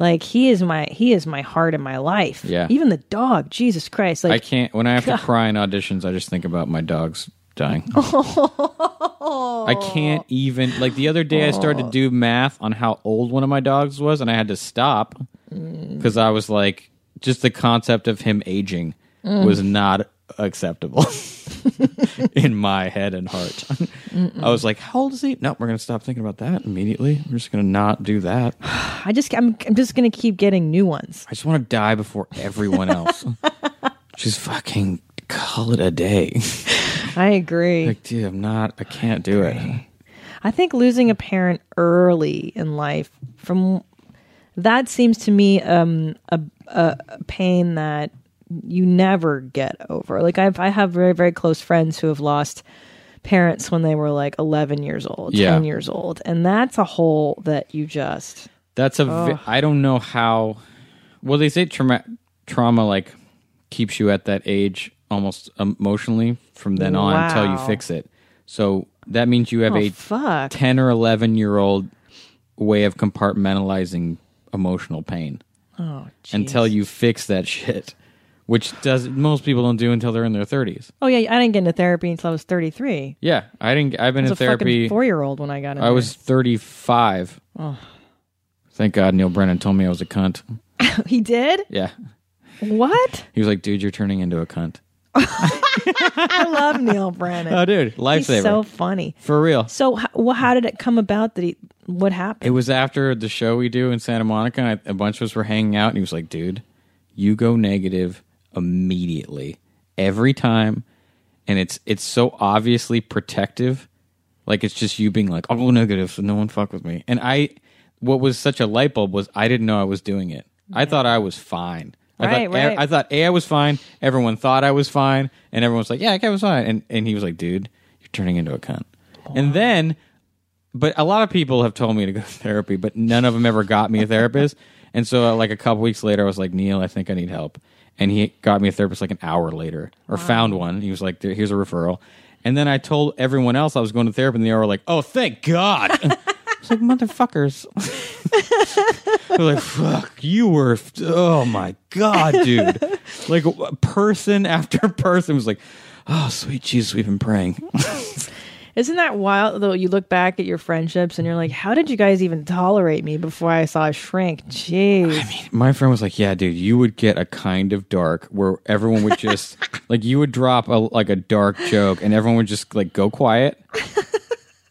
Speaker 1: like he is my he is my heart and my life.
Speaker 2: Yeah.
Speaker 1: Even the dog, Jesus Christ,
Speaker 2: I
Speaker 1: like
Speaker 2: can't. When I have to cry in auditions, I just think about my dogs dying. I can't even. Like the other day, I started to do math on how old one of my dogs was, and I had to stop because I was like, just the concept of him aging was not acceptable *laughs* in my head and heart. I was like, how old is he? No, we're gonna stop thinking about that immediately. We're just gonna not do that. I
Speaker 1: I just I'm I'm just gonna keep getting new ones.
Speaker 2: just want to die before everyone else. just fucking call it a day.
Speaker 1: I agree.
Speaker 2: *laughs* Like, dude, I'm not. I can't do it.
Speaker 1: I think losing a parent early in life from that seems to me um, a, a pain that you never get over. Like I've I have very very close friends who have lost parents when they were like 11 years old,
Speaker 2: Yeah.
Speaker 1: 10 years old, and that's a hole that you just
Speaker 2: That's a. vi- I don't know how. Well, they say trauma, trauma like keeps you at that age almost emotionally from then on until you
Speaker 1: Wow. Oh,
Speaker 2: fix it. So that means you have a
Speaker 1: fuck.
Speaker 2: ten or eleven year old way of compartmentalizing emotional pain
Speaker 1: Oh,
Speaker 2: until you fix that shit, which does most people don't do until they're in their thirties.
Speaker 1: Oh yeah, I didn't get into therapy until I was 33.
Speaker 2: Yeah, I didn't. I've been
Speaker 1: I was
Speaker 2: in
Speaker 1: a
Speaker 2: therapy.
Speaker 1: fucking four year old when I got in.
Speaker 2: I was 35. Thank God Neil Brennan told me I was a cunt.
Speaker 1: *laughs* He
Speaker 2: *laughs*
Speaker 1: did?
Speaker 2: Yeah.
Speaker 1: What?
Speaker 2: He was like, dude, you're turning into a cunt.
Speaker 1: I love Neil Brennan.
Speaker 2: Oh, dude.
Speaker 1: He's
Speaker 2: Lifesaver.
Speaker 1: so funny.
Speaker 2: For real.
Speaker 1: So, how, well, how did it come about that he? What happened?
Speaker 2: It was after the show we do in Santa Monica, and I, a bunch of us were hanging out, and he was like, dude, you go negative immediately every time. And it's it's so obviously protective. Like it's just you being like, I'll go negative, so no one fuck with me. And I what was such a light bulb was I didn't know I was doing it. I thought I was fine. I
Speaker 1: Right,
Speaker 2: thought,
Speaker 1: right.
Speaker 2: I thought A, I was fine. Everyone thought I was fine, and everyone was like, "Yeah, I was fine." And and he was like, "Dude, you're turning into a cunt." And then, but a lot of people have told me to go *laughs* to therapy, but none of them ever got me
Speaker 1: *laughs*
Speaker 2: a therapist. and so, uh, like a couple weeks later, I was like, "Neil, I think I need help." And he got me a therapist like an hour later, or found one. He was like, "There- "Here's a referral." And then I told everyone else I was going to therapy, and they were like, "Oh, thank God." *laughs* It's like motherfuckers. They're like, fuck, you were, oh my God, dude. like, w- person after *laughs* person was like, oh, sweet Jesus, we've been praying. *laughs*
Speaker 1: Isn't that wild? Though you look back at your friendships and you're like, how did you guys even tolerate me before I saw a shrink?
Speaker 2: *laughs*
Speaker 1: Jeez.
Speaker 2: My friend was like, yeah, dude, you would get a kind of dark where everyone would just, like, you would drop a, like a dark joke and everyone would just, like, go quiet,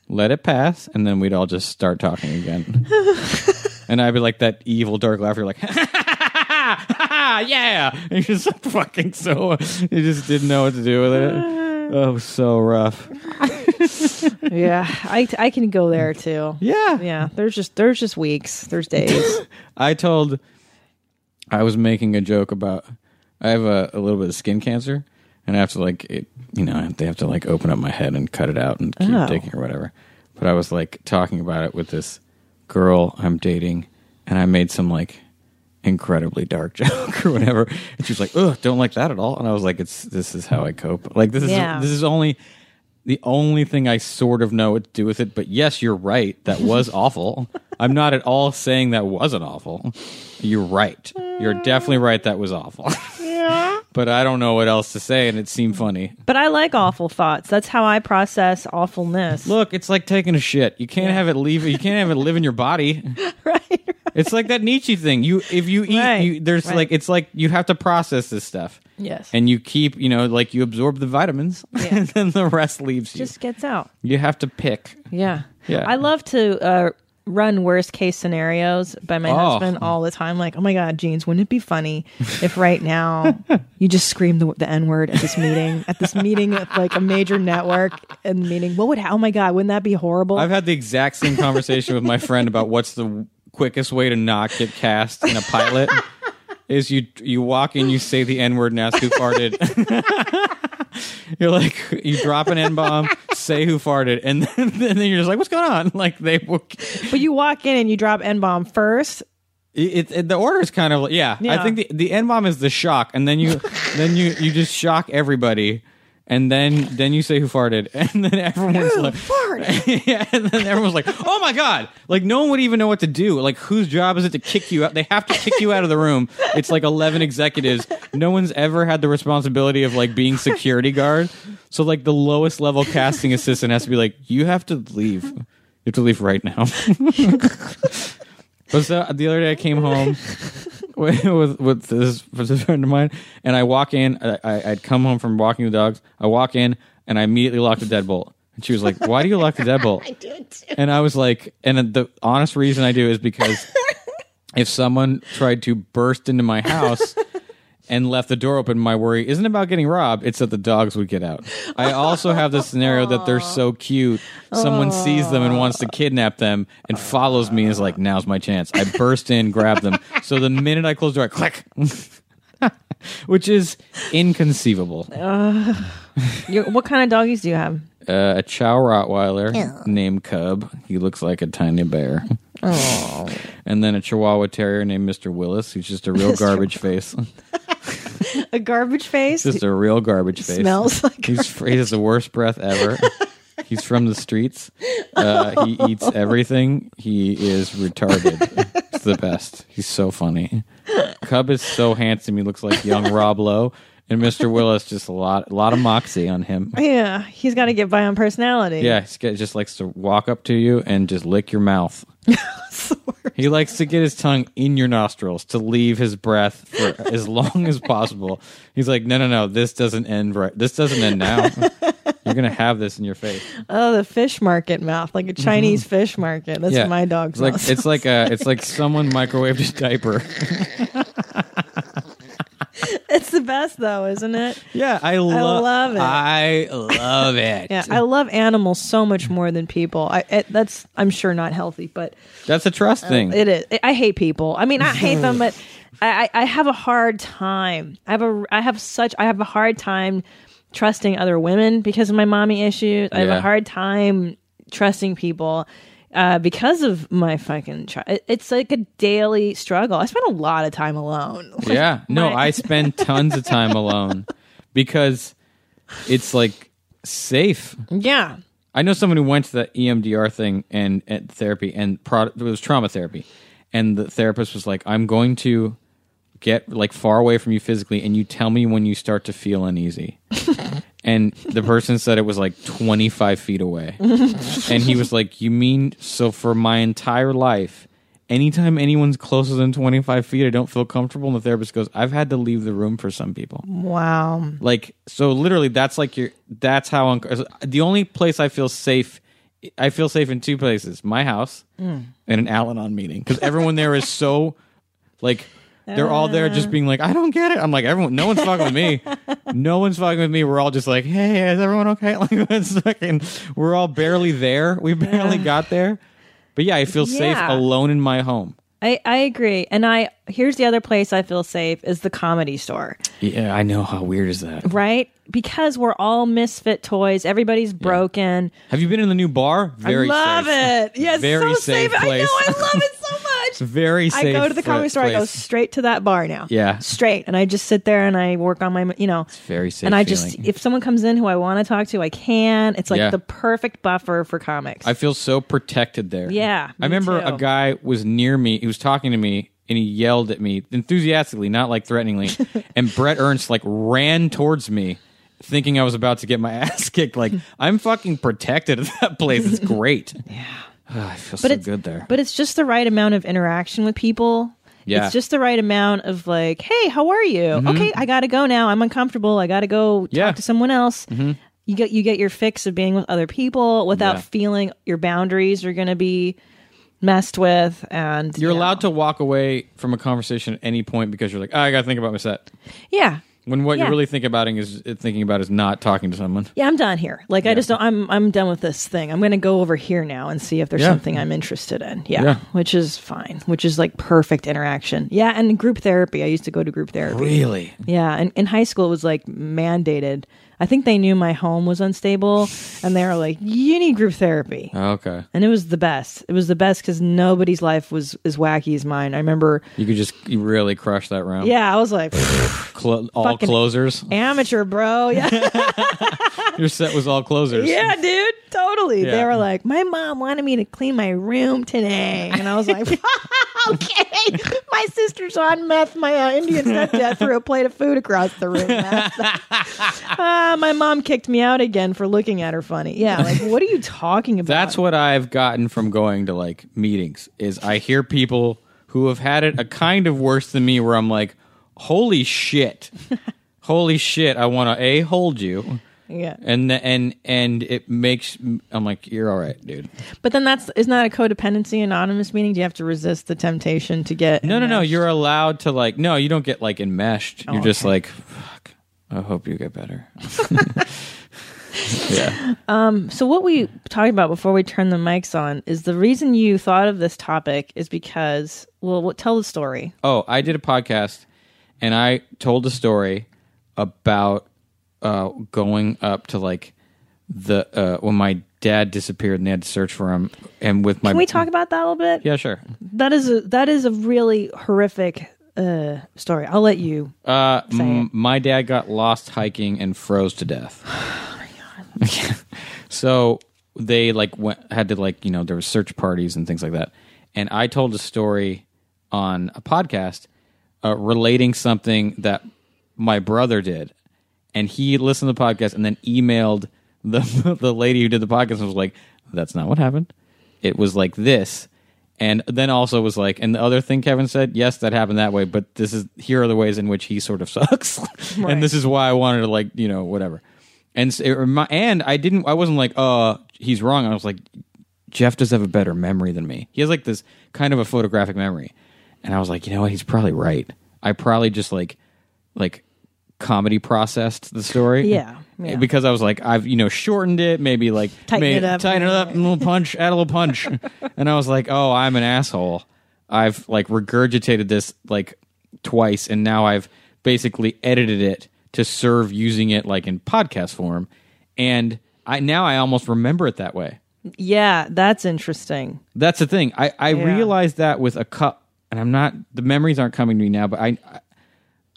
Speaker 2: let it pass, and then we'd all just start talking again. and I'd be like, that evil dark laughter, like, *laughs* ah, yeah. And you're *laughs* just fucking so, you just didn't know what to do with it. Oh, it was so rough.
Speaker 1: yeah, I I can go there too.
Speaker 2: Yeah.
Speaker 1: Yeah, there's just there's just weeks, there's days.
Speaker 2: I told I was making a joke about I have a, a little bit of skin cancer and I have to like it, you know they have to like open up my head and cut it out and keep
Speaker 1: Oh.
Speaker 2: digging or whatever. But I was like talking about it with this girl I'm dating and I made some like incredibly dark *laughs* joke or whatever and she was like ugh don't like that at all and I was like it's this is how I cope like this is
Speaker 1: Yeah.
Speaker 2: this is only the only thing I sort of know what to do with it, but yes, you're right.
Speaker 1: *laughs*
Speaker 2: That was awful. I'm not at all saying that wasn't awful. You're right. You're definitely right. That was awful. *laughs* but I don't know what else to say, and it seemed funny.
Speaker 1: but I like awful thoughts. That's how I process awfulness. *laughs*
Speaker 2: Look, it's like taking a shit. You can't have it leave. You can't have it live in your body.
Speaker 1: right.
Speaker 2: It's like that Nietzsche thing. You if you eat,
Speaker 1: Right,
Speaker 2: you, there's
Speaker 1: right.
Speaker 2: like it's like you have to process this stuff.
Speaker 3: Yes.
Speaker 2: And you keep, you know, like you absorb the vitamins, *laughs* and then the rest leaves you.
Speaker 1: Just gets out.
Speaker 2: you have to pick.
Speaker 1: Yeah.
Speaker 2: Yeah.
Speaker 1: I love to uh, run worst case scenarios by my
Speaker 2: Oh.
Speaker 1: husband all the time. Like, oh my God, Jeans, wouldn't it be funny if right
Speaker 2: *laughs*
Speaker 1: now you just screamed the, the N word at this meeting, at this meeting at like a major network and meeting? What would, oh my God, wouldn't that be horrible?
Speaker 2: I've had the exact same conversation with my friend about what's the w- quickest way to not get cast in a pilot is you you walk in, you say the n word, and ask who farted. *laughs* you're like you drop an n bomb, say who farted, and *laughs* then, and then you're just like, what's going on? *laughs* Like they will.
Speaker 1: but you walk in and you drop N bomb first.
Speaker 2: It, it, the order is kind of like- yeah, I
Speaker 1: Yeah.
Speaker 2: think the, the n bomb is the shock, and then you then you you just shock everybody. And then, then you say who farted, *laughs* and then everyone's like, *laughs* yeah, and then everyone's like, "Oh my god!" Like no one would even know what to do. Like whose job is it to kick you out? They have to kick you out of the room. It's like eleven executives. No one's ever had the responsibility of like being security guard. So like the lowest level casting assistant has to be like, "You have to leave. You have to leave right now." *laughs* Was the, the other day I came home *laughs* with with, with this with this friend of mine, and I walk in. I, I, I'd come home from walking the dogs. I walk in, and I immediately locked the deadbolt. And she was like, "Why do you lock the deadbolt?" *laughs* I do too. And I was like, "And the honest reason I do is because *laughs* if someone tried to burst into my *laughs* house." And left the door open. My worry isn't about getting robbed; it's that the dogs would get out. I also have the scenario that they're so cute, someone sees them and wants to kidnap them, and follows me. And is like, "Now's my chance." I burst in, grab them. So the minute I close the door, I click, *laughs* which is inconceivable.
Speaker 1: you what kind of doggies do you have?
Speaker 2: Uh, a Chow Rottweiler named Cub. He looks like a tiny bear. and then a Chihuahua Terrier named Mr. Willis, who's just a real garbage face.
Speaker 1: A garbage face?
Speaker 2: just a real garbage face. *laughs*
Speaker 1: smells like
Speaker 2: He's fr- he has the worst breath
Speaker 1: *laughs*
Speaker 2: ever. He's from the streets. Uh, he eats everything. He is retarded. it's the best. He's so funny. Cub is so handsome. He looks like young Rob Lowe. And Mr. Willis just a lot, a lot of moxie on him.
Speaker 1: yeah, he's got to get by on personality.
Speaker 2: Yeah, he just likes to walk up to you and just lick your mouth. he likes to get his tongue in your nostrils to leave his breath for as long as possible. He's like, no, no, no, this doesn't end right. This doesn't end now. You're gonna have this in your face.
Speaker 1: Oh, the fish market mouth, like a Chinese fish market. That's
Speaker 2: Mm-hmm. yeah,
Speaker 1: what my dog's
Speaker 2: It's like
Speaker 1: mouth.
Speaker 2: it's like a it's like someone microwaved his diaper.
Speaker 1: *laughs* it's the best though, isn't it?
Speaker 2: yeah, I,
Speaker 1: love it.
Speaker 2: I love *laughs* it.
Speaker 1: Yeah, I love animals so much more than people. I it, that's I'm sure not healthy, but
Speaker 2: That's a trust thing.
Speaker 1: it is. I hate people. I mean, I hate them, but I, I I have a hard time. I have a I have such I have a hard time trusting other women because of my mommy issues. I have
Speaker 2: Yeah.
Speaker 1: a hard time trusting people. Uh, because of my fucking, chi- it- it's like a daily struggle. I spend a lot of time alone.
Speaker 2: yeah. No,
Speaker 1: my-
Speaker 2: I spend tons of time alone because it's like safe.
Speaker 1: Yeah,
Speaker 2: I know someone who went to the E EMDR thing and, and therapy and pro- it was trauma therapy, and the therapist was like, "I'm going to get like far away from you physically, and you tell me when you start to feel uneasy." and the person said it was like 25 feet away, and he was like, "You mean so for my entire life?" Anytime anyone's closer than 25 feet, I don't feel comfortable. And the therapist goes, I've had to leave the room for some people.
Speaker 1: wow.
Speaker 2: Like so, literally, that's like your. That's how unc- the only place I feel safe. I feel safe in two places: my house and an Al-Anon meeting, because everyone there is so like They're all there just being like, I don't get it. I'm like, everyone, no one's fucking with me. No one's fucking with me. We're all just like, hey, is everyone okay? *laughs* Like, it's fucking, we're all barely there. We barely got there. But yeah, I feel safe
Speaker 1: Yeah.
Speaker 2: alone in my home.
Speaker 1: I, I agree. And I here's the other place I feel safe is the comedy store.
Speaker 2: Yeah, I know. How weird is that?
Speaker 1: Right? Because we're all misfit toys. Everybody's broken.
Speaker 2: Have you been in the new bar? Very
Speaker 1: I love
Speaker 2: safe.
Speaker 1: it. Yes,
Speaker 2: Very
Speaker 1: so safe.
Speaker 2: safe
Speaker 1: I know.
Speaker 2: place.
Speaker 1: I love it so much.
Speaker 2: *laughs* Very safe.
Speaker 1: I go to the comedy
Speaker 2: fr-
Speaker 1: store. I go
Speaker 2: place.
Speaker 1: straight to that bar now.
Speaker 2: Yeah.
Speaker 1: straight, and I just sit there and I work on my, you know,
Speaker 2: very safe
Speaker 1: And I just,
Speaker 2: feeling.
Speaker 1: if someone comes in who I want to talk to, I can. It's like
Speaker 2: Yeah.
Speaker 1: the perfect buffer for comics.
Speaker 2: I feel so protected there.
Speaker 1: Yeah,
Speaker 2: I
Speaker 1: me
Speaker 2: remember
Speaker 1: too.
Speaker 2: a guy was near me. He was talking to me and he yelled at me enthusiastically, not
Speaker 1: *laughs*
Speaker 2: like threateningly. and Brett Ernst like ran towards me thinking I was about to get my *laughs* ass kicked. Like, I'm fucking protected at that
Speaker 1: *laughs*
Speaker 2: place. It's great. yeah. *sighs* I feel so
Speaker 1: it's
Speaker 2: good there.
Speaker 1: But it's just the right amount of interaction with people.
Speaker 2: Yeah. Mm-hmm.
Speaker 1: It's just the right amount of like, hey, how are you? Okay, I gotta go now. I'm uncomfortable. I gotta go talk
Speaker 2: Yeah. Mm-hmm.
Speaker 1: to someone else. You get you get your fix of being with other people without
Speaker 2: Yeah.
Speaker 1: feeling your boundaries are gonna be messed with and
Speaker 2: you're
Speaker 1: you know.
Speaker 2: allowed to walk away from a conversation at any point because you're like, oh, I got to think about my set.
Speaker 1: Yeah.
Speaker 2: When what
Speaker 1: Yeah.
Speaker 2: you're really thinking about is thinking about is not talking to someone.
Speaker 1: Yeah, I'm done here. Like I just don't I'm I'm done with this thing. I'm gonna go over here now and see if there's
Speaker 2: Yeah.
Speaker 1: something I'm interested in. Yeah,
Speaker 2: Yeah.
Speaker 1: Which is fine. Which is like perfect interaction. Yeah, and group therapy. I used to go to group therapy.
Speaker 2: Really?
Speaker 1: Yeah, and in high school it was like mandated. I think they knew my home was unstable, and they were like, "You need group therapy,"
Speaker 2: Okay.
Speaker 1: and it was the best. It was the best because nobody's life was as wacky as mine. I remember.
Speaker 2: You could just you really crush that round.
Speaker 1: Yeah, I was like
Speaker 2: Clo- all
Speaker 1: Fucking- *laughs*
Speaker 2: closers.
Speaker 1: amateur, bro. Yeah,
Speaker 2: Your set was all closers.
Speaker 1: yeah, dude, totally. They
Speaker 2: Yeah.
Speaker 1: were like, "My mom wanted me to clean my room today," and I was like, *laughs* "Okay, my sister's on meth. My uh, Indian stepdad threw a plate of food across the room." That's
Speaker 2: *laughs*
Speaker 1: Ah, my mom kicked me out again for looking at her funny. Yeah, like what are you talking about?
Speaker 2: That's what I've gotten from going to like meetings is I hear people who have had it a kind of worse than me where I'm like,
Speaker 1: *laughs*
Speaker 2: holy shit. holy shit. I want to A, hold you.
Speaker 1: Yeah,
Speaker 2: And the, and and it makes I'm like you're all right, dude.
Speaker 1: but then that's isn't that a codependency anonymous meaning? Do you have to resist the temptation to get?
Speaker 2: No, no, no.
Speaker 1: enmeshed? Oh,
Speaker 2: You're allowed to like. No, you don't get like enmeshed. you're just
Speaker 1: okay.
Speaker 2: like, fuck. I hope you get better. *laughs* yeah.
Speaker 1: So what we talked about before we turned the mics on is the reason you thought of this topic is because well, well tell the story.
Speaker 2: Oh, I did a podcast and I told a story about uh, going up to like the uh, when my dad disappeared and they had to search for him and with my
Speaker 1: Can we talk about that a little bit?
Speaker 2: Mm-hmm. Yeah, sure.
Speaker 1: That is a that is a really horrific uh, story. I'll let you.
Speaker 2: Uh,
Speaker 1: it.
Speaker 2: m- my dad got lost hiking and froze to death. so they like went had to like you know there were search parties and things like that. And I told a story on a podcast uh, relating something that my brother did, and he listened to the podcast and then emailed *laughs* the the lady who did the podcast and was like, "That's not what happened. It was like this." And then also was like, and the other thing Kevin said, yes, that happened that way, but this is here are the ways in which he sort of *laughs* sucks, and this is why I wanted to like you know whatever. And so it remi- and I didn't, I wasn't like, uh, he's wrong. I was like, Jeff does have a better memory than me. He has like this kind of a photographic memory, and I was like, you know what, he's probably right. I probably just like, like, comedy processed the story, *laughs*
Speaker 1: Yeah, yeah.
Speaker 2: because I was like, I've you know shortened it, maybe like
Speaker 1: Tighten
Speaker 2: made-
Speaker 1: it up.
Speaker 2: tighten it up, and a little punch, *laughs* add a little punch. and I was like, oh, I'm an asshole. I've like regurgitated this like twice, and now I've basically edited it to serve using it like in podcast form. And I now I almost remember it that way.
Speaker 1: Yeah, that's interesting.
Speaker 2: That's the thing. I I
Speaker 1: Yeah.
Speaker 2: realized that with a cup, and I'm not. The memories aren't coming to me now, but I I-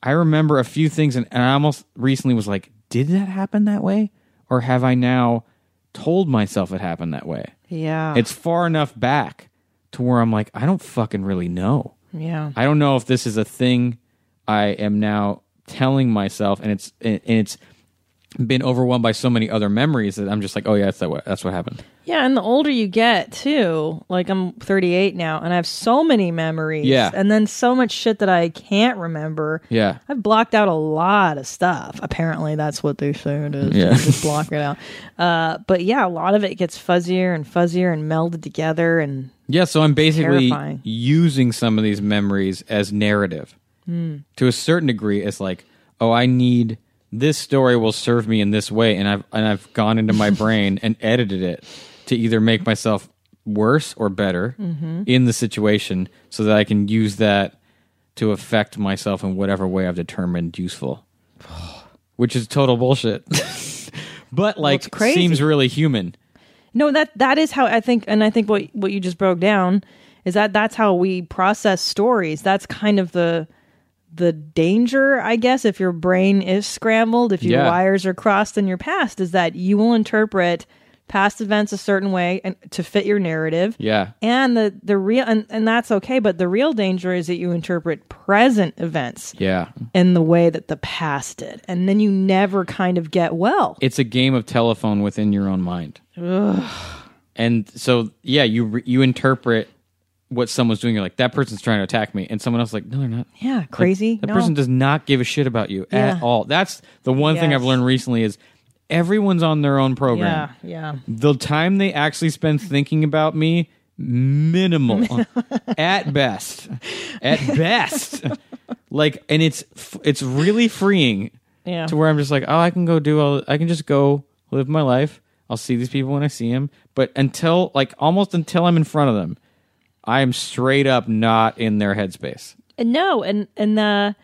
Speaker 2: I remember a few things, and, and I almost recently was like, did that happen that way, or have I now told myself it happened that way?
Speaker 1: Yeah,
Speaker 2: It's far enough back to where I'm like, I don't fucking really know.
Speaker 1: yeah.
Speaker 2: I don't know if this is a thing I am now telling myself, and it's and it's been overwhelmed by so many other memories that I'm just like, oh yeah, that's that. What, that's what happened.
Speaker 1: Yeah, and the older you get too, like I'm 38 now, and I have so many memories.
Speaker 2: Yeah.
Speaker 1: And then so much shit that I can't remember.
Speaker 2: Yeah.
Speaker 1: I've blocked out a lot of stuff. Apparently, that's what they say it is.
Speaker 2: Yeah.
Speaker 1: Yeah. Just block it
Speaker 2: *laughs*
Speaker 1: out. Uh, but yeah, a lot of it gets fuzzier and fuzzier and melded together. And
Speaker 2: Yeah, so I'm basically
Speaker 1: Terrifying.
Speaker 2: using some of these memories as narrative.
Speaker 1: Hmm.
Speaker 2: To a certain degree, it's like, oh, I need this story will serve me in this way, and I've and I've gone
Speaker 1: *laughs*
Speaker 2: into my brain and edited it to either make myself worse or better
Speaker 1: Mm-hmm.
Speaker 2: in the situation, so that I can use that to affect myself in whatever way I've
Speaker 1: *sighs*
Speaker 2: determined useful, which is total bullshit. *laughs* but like,
Speaker 1: it's crazy.
Speaker 2: seems really human.
Speaker 1: No, that that is how I think, and I think what what you just broke down is that that's how we process stories. That's kind of the the danger, I guess, if your brain is scrambled, if your
Speaker 2: Yeah.
Speaker 1: wires are crossed in your past, is that you will interpret past events a certain way and to fit your narrative.
Speaker 2: Yeah.
Speaker 1: And the the real and, and that's okay, but the real danger is that you interpret present events
Speaker 2: Yeah.
Speaker 1: in the way that the past did. And then you never kind of get well.
Speaker 2: it's a game of telephone within your own mind. And so, yeah, you re- you interpret what someone's doing. You're like, that person's trying to attack me, and someone else is like, no, they're not.
Speaker 1: yeah, crazy.
Speaker 2: That
Speaker 1: no.
Speaker 2: person does not give a shit about you
Speaker 1: Yeah.
Speaker 2: at all. That's the one thing I've
Speaker 1: Yes.
Speaker 2: learned recently is everyone's on their own program.
Speaker 1: yeah, yeah.
Speaker 2: The time they actually spend thinking about me minimal at best. At best. like and it's f- it's really freeing
Speaker 1: Yeah.
Speaker 2: to where I'm just like, "Oh, I can go do all I can just go live my life. I'll see these people when I see them." But until like almost until I'm in front of them, I am straight up not in their headspace.
Speaker 1: And no, and and uh,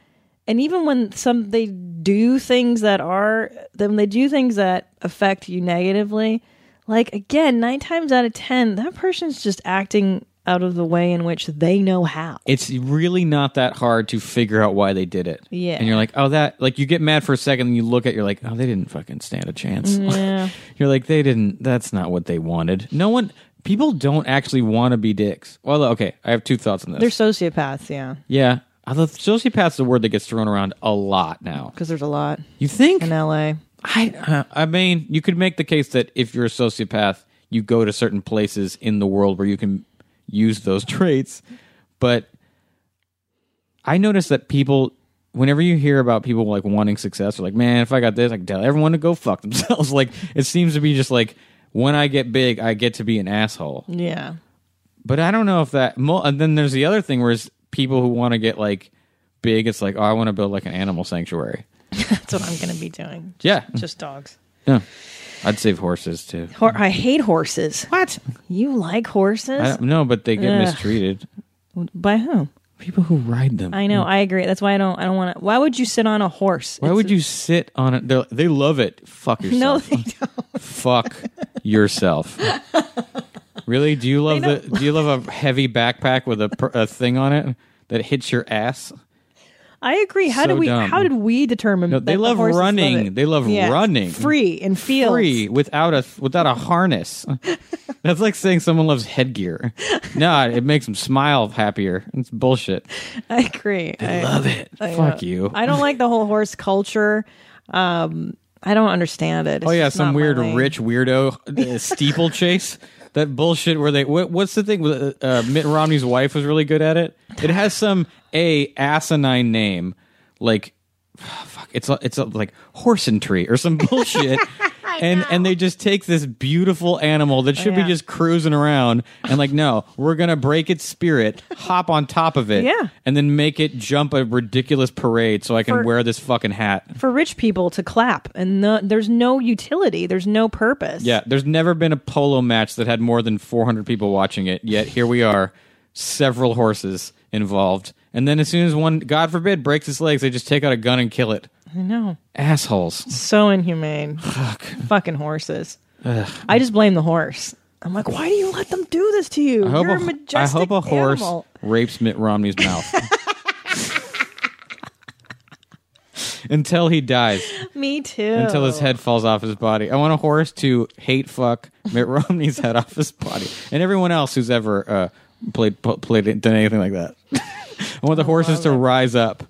Speaker 1: and even when some they do things that are then they do things that affect you negatively, like again, nine times out of ten, that person's just acting out of the way in which they know how.
Speaker 2: it's really not that hard to figure out why they did it.
Speaker 1: Yeah.
Speaker 2: And you're like, oh, that, like, you get mad for a second and you look at it, you're like, oh, they didn't fucking stand a chance.
Speaker 1: Yeah.
Speaker 2: *laughs* you're like, they didn't, that's not what they wanted. No one, people don't actually want to be dicks. Well, okay, I have two thoughts on this.
Speaker 1: They're sociopaths, yeah,
Speaker 2: yeah. Although sociopath's the word that gets thrown around a lot now.
Speaker 1: because there's a lot
Speaker 2: You think?
Speaker 1: in L.A.
Speaker 2: I, uh, I mean, you could make the case that if you're a sociopath, you go to certain places in the world where you can use those *laughs* traits. But I notice that people, whenever you hear about people like wanting success, or like, man, if I got this, I can tell everyone to go fuck themselves. *laughs* like, it seems to be just like, when I get big, I get to be an asshole.
Speaker 1: Yeah,
Speaker 2: But I don't know if that. mo- And then there's the other thing where it's people who want to get like big, it's like, oh, I want to build like an animal sanctuary.
Speaker 1: that's what I'm gonna be doing.
Speaker 2: Yeah.
Speaker 1: Just dogs.
Speaker 2: Yeah. I'd save horses too.
Speaker 1: Hor- I hate horses.
Speaker 2: What?
Speaker 1: You like
Speaker 2: I
Speaker 1: horses?
Speaker 2: don't, no, but they get
Speaker 1: Ugh.
Speaker 2: mistreated.
Speaker 1: By whom?
Speaker 2: People who ride them.
Speaker 1: I know. I agree. That's why I don't. I don't want to. Why would you sit on a horse?
Speaker 2: Mm. Why
Speaker 1: It's-
Speaker 2: would you sit on it? They're, they love it.
Speaker 1: *laughs*
Speaker 2: Fuck
Speaker 1: No,
Speaker 2: yourself.
Speaker 1: they don't.
Speaker 2: Fuck
Speaker 1: *laughs*
Speaker 2: yourself. really? Do you love the? Do you love a heavy backpack with a, per- a thing on it that hits your ass?
Speaker 1: I agree. How
Speaker 2: So
Speaker 1: do we?
Speaker 2: dumb.
Speaker 1: How did we determine?
Speaker 2: No,
Speaker 1: that
Speaker 2: they
Speaker 1: the
Speaker 2: love
Speaker 1: horses
Speaker 2: running.
Speaker 1: love it?
Speaker 2: They love
Speaker 1: Yeah.
Speaker 2: running.
Speaker 1: free in fields. *laughs*
Speaker 2: Free without a without a harness. *laughs* That's like saying someone loves headgear. No, it makes them smile happier. It's bullshit.
Speaker 1: I agree. I,
Speaker 2: Love it. Fuck you.
Speaker 1: I don't like the whole horse culture. Um, I don't understand it.
Speaker 2: Oh yeah, some weird rich
Speaker 1: *laughs*
Speaker 2: weirdo uh, steeplechase. That bullshit where they what, what's the thing? with, Uh, uh, Mitt Romney's wife was really good at it. It has some a asinine name, like fuck. It's a, it's a, like horsentry or
Speaker 1: *laughs*
Speaker 2: some bullshit. And and they just take this beautiful animal that should
Speaker 1: yeah.
Speaker 2: be just cruising around and like no, we're gonna break its spirit, hop on top of it,
Speaker 1: Yeah.
Speaker 2: and then make it jump a ridiculous parade so I can
Speaker 1: For-
Speaker 2: wear this fucking hat.
Speaker 1: for rich people to clap, and no, there's no utility. There's no purpose.
Speaker 2: Yeah, there's never been a polo match that had more than 400 people watching it. Yet here we are, several horses involved. And then as soon as one, God forbid, breaks its legs, they just take out a gun and kill it.
Speaker 1: I know.
Speaker 2: Assholes.
Speaker 1: So
Speaker 2: *sighs*
Speaker 1: inhumane. Fuck. Fucking horses. I just blame the horse. I'm like, why do you let them do this to you?
Speaker 2: I hope,
Speaker 1: You're a,
Speaker 2: a, I
Speaker 1: majestic
Speaker 2: hope a horse
Speaker 1: animal.
Speaker 2: rapes Mitt
Speaker 1: *laughs*
Speaker 2: Romney's mouth. Until he dies,
Speaker 1: Me too.
Speaker 2: until his head falls off his body. I want a horse to hate fuck Mitt Romney's head off his body, and everyone else who's ever uh, played pu- played it- done anything like that. *laughs* I want the horses to rise up.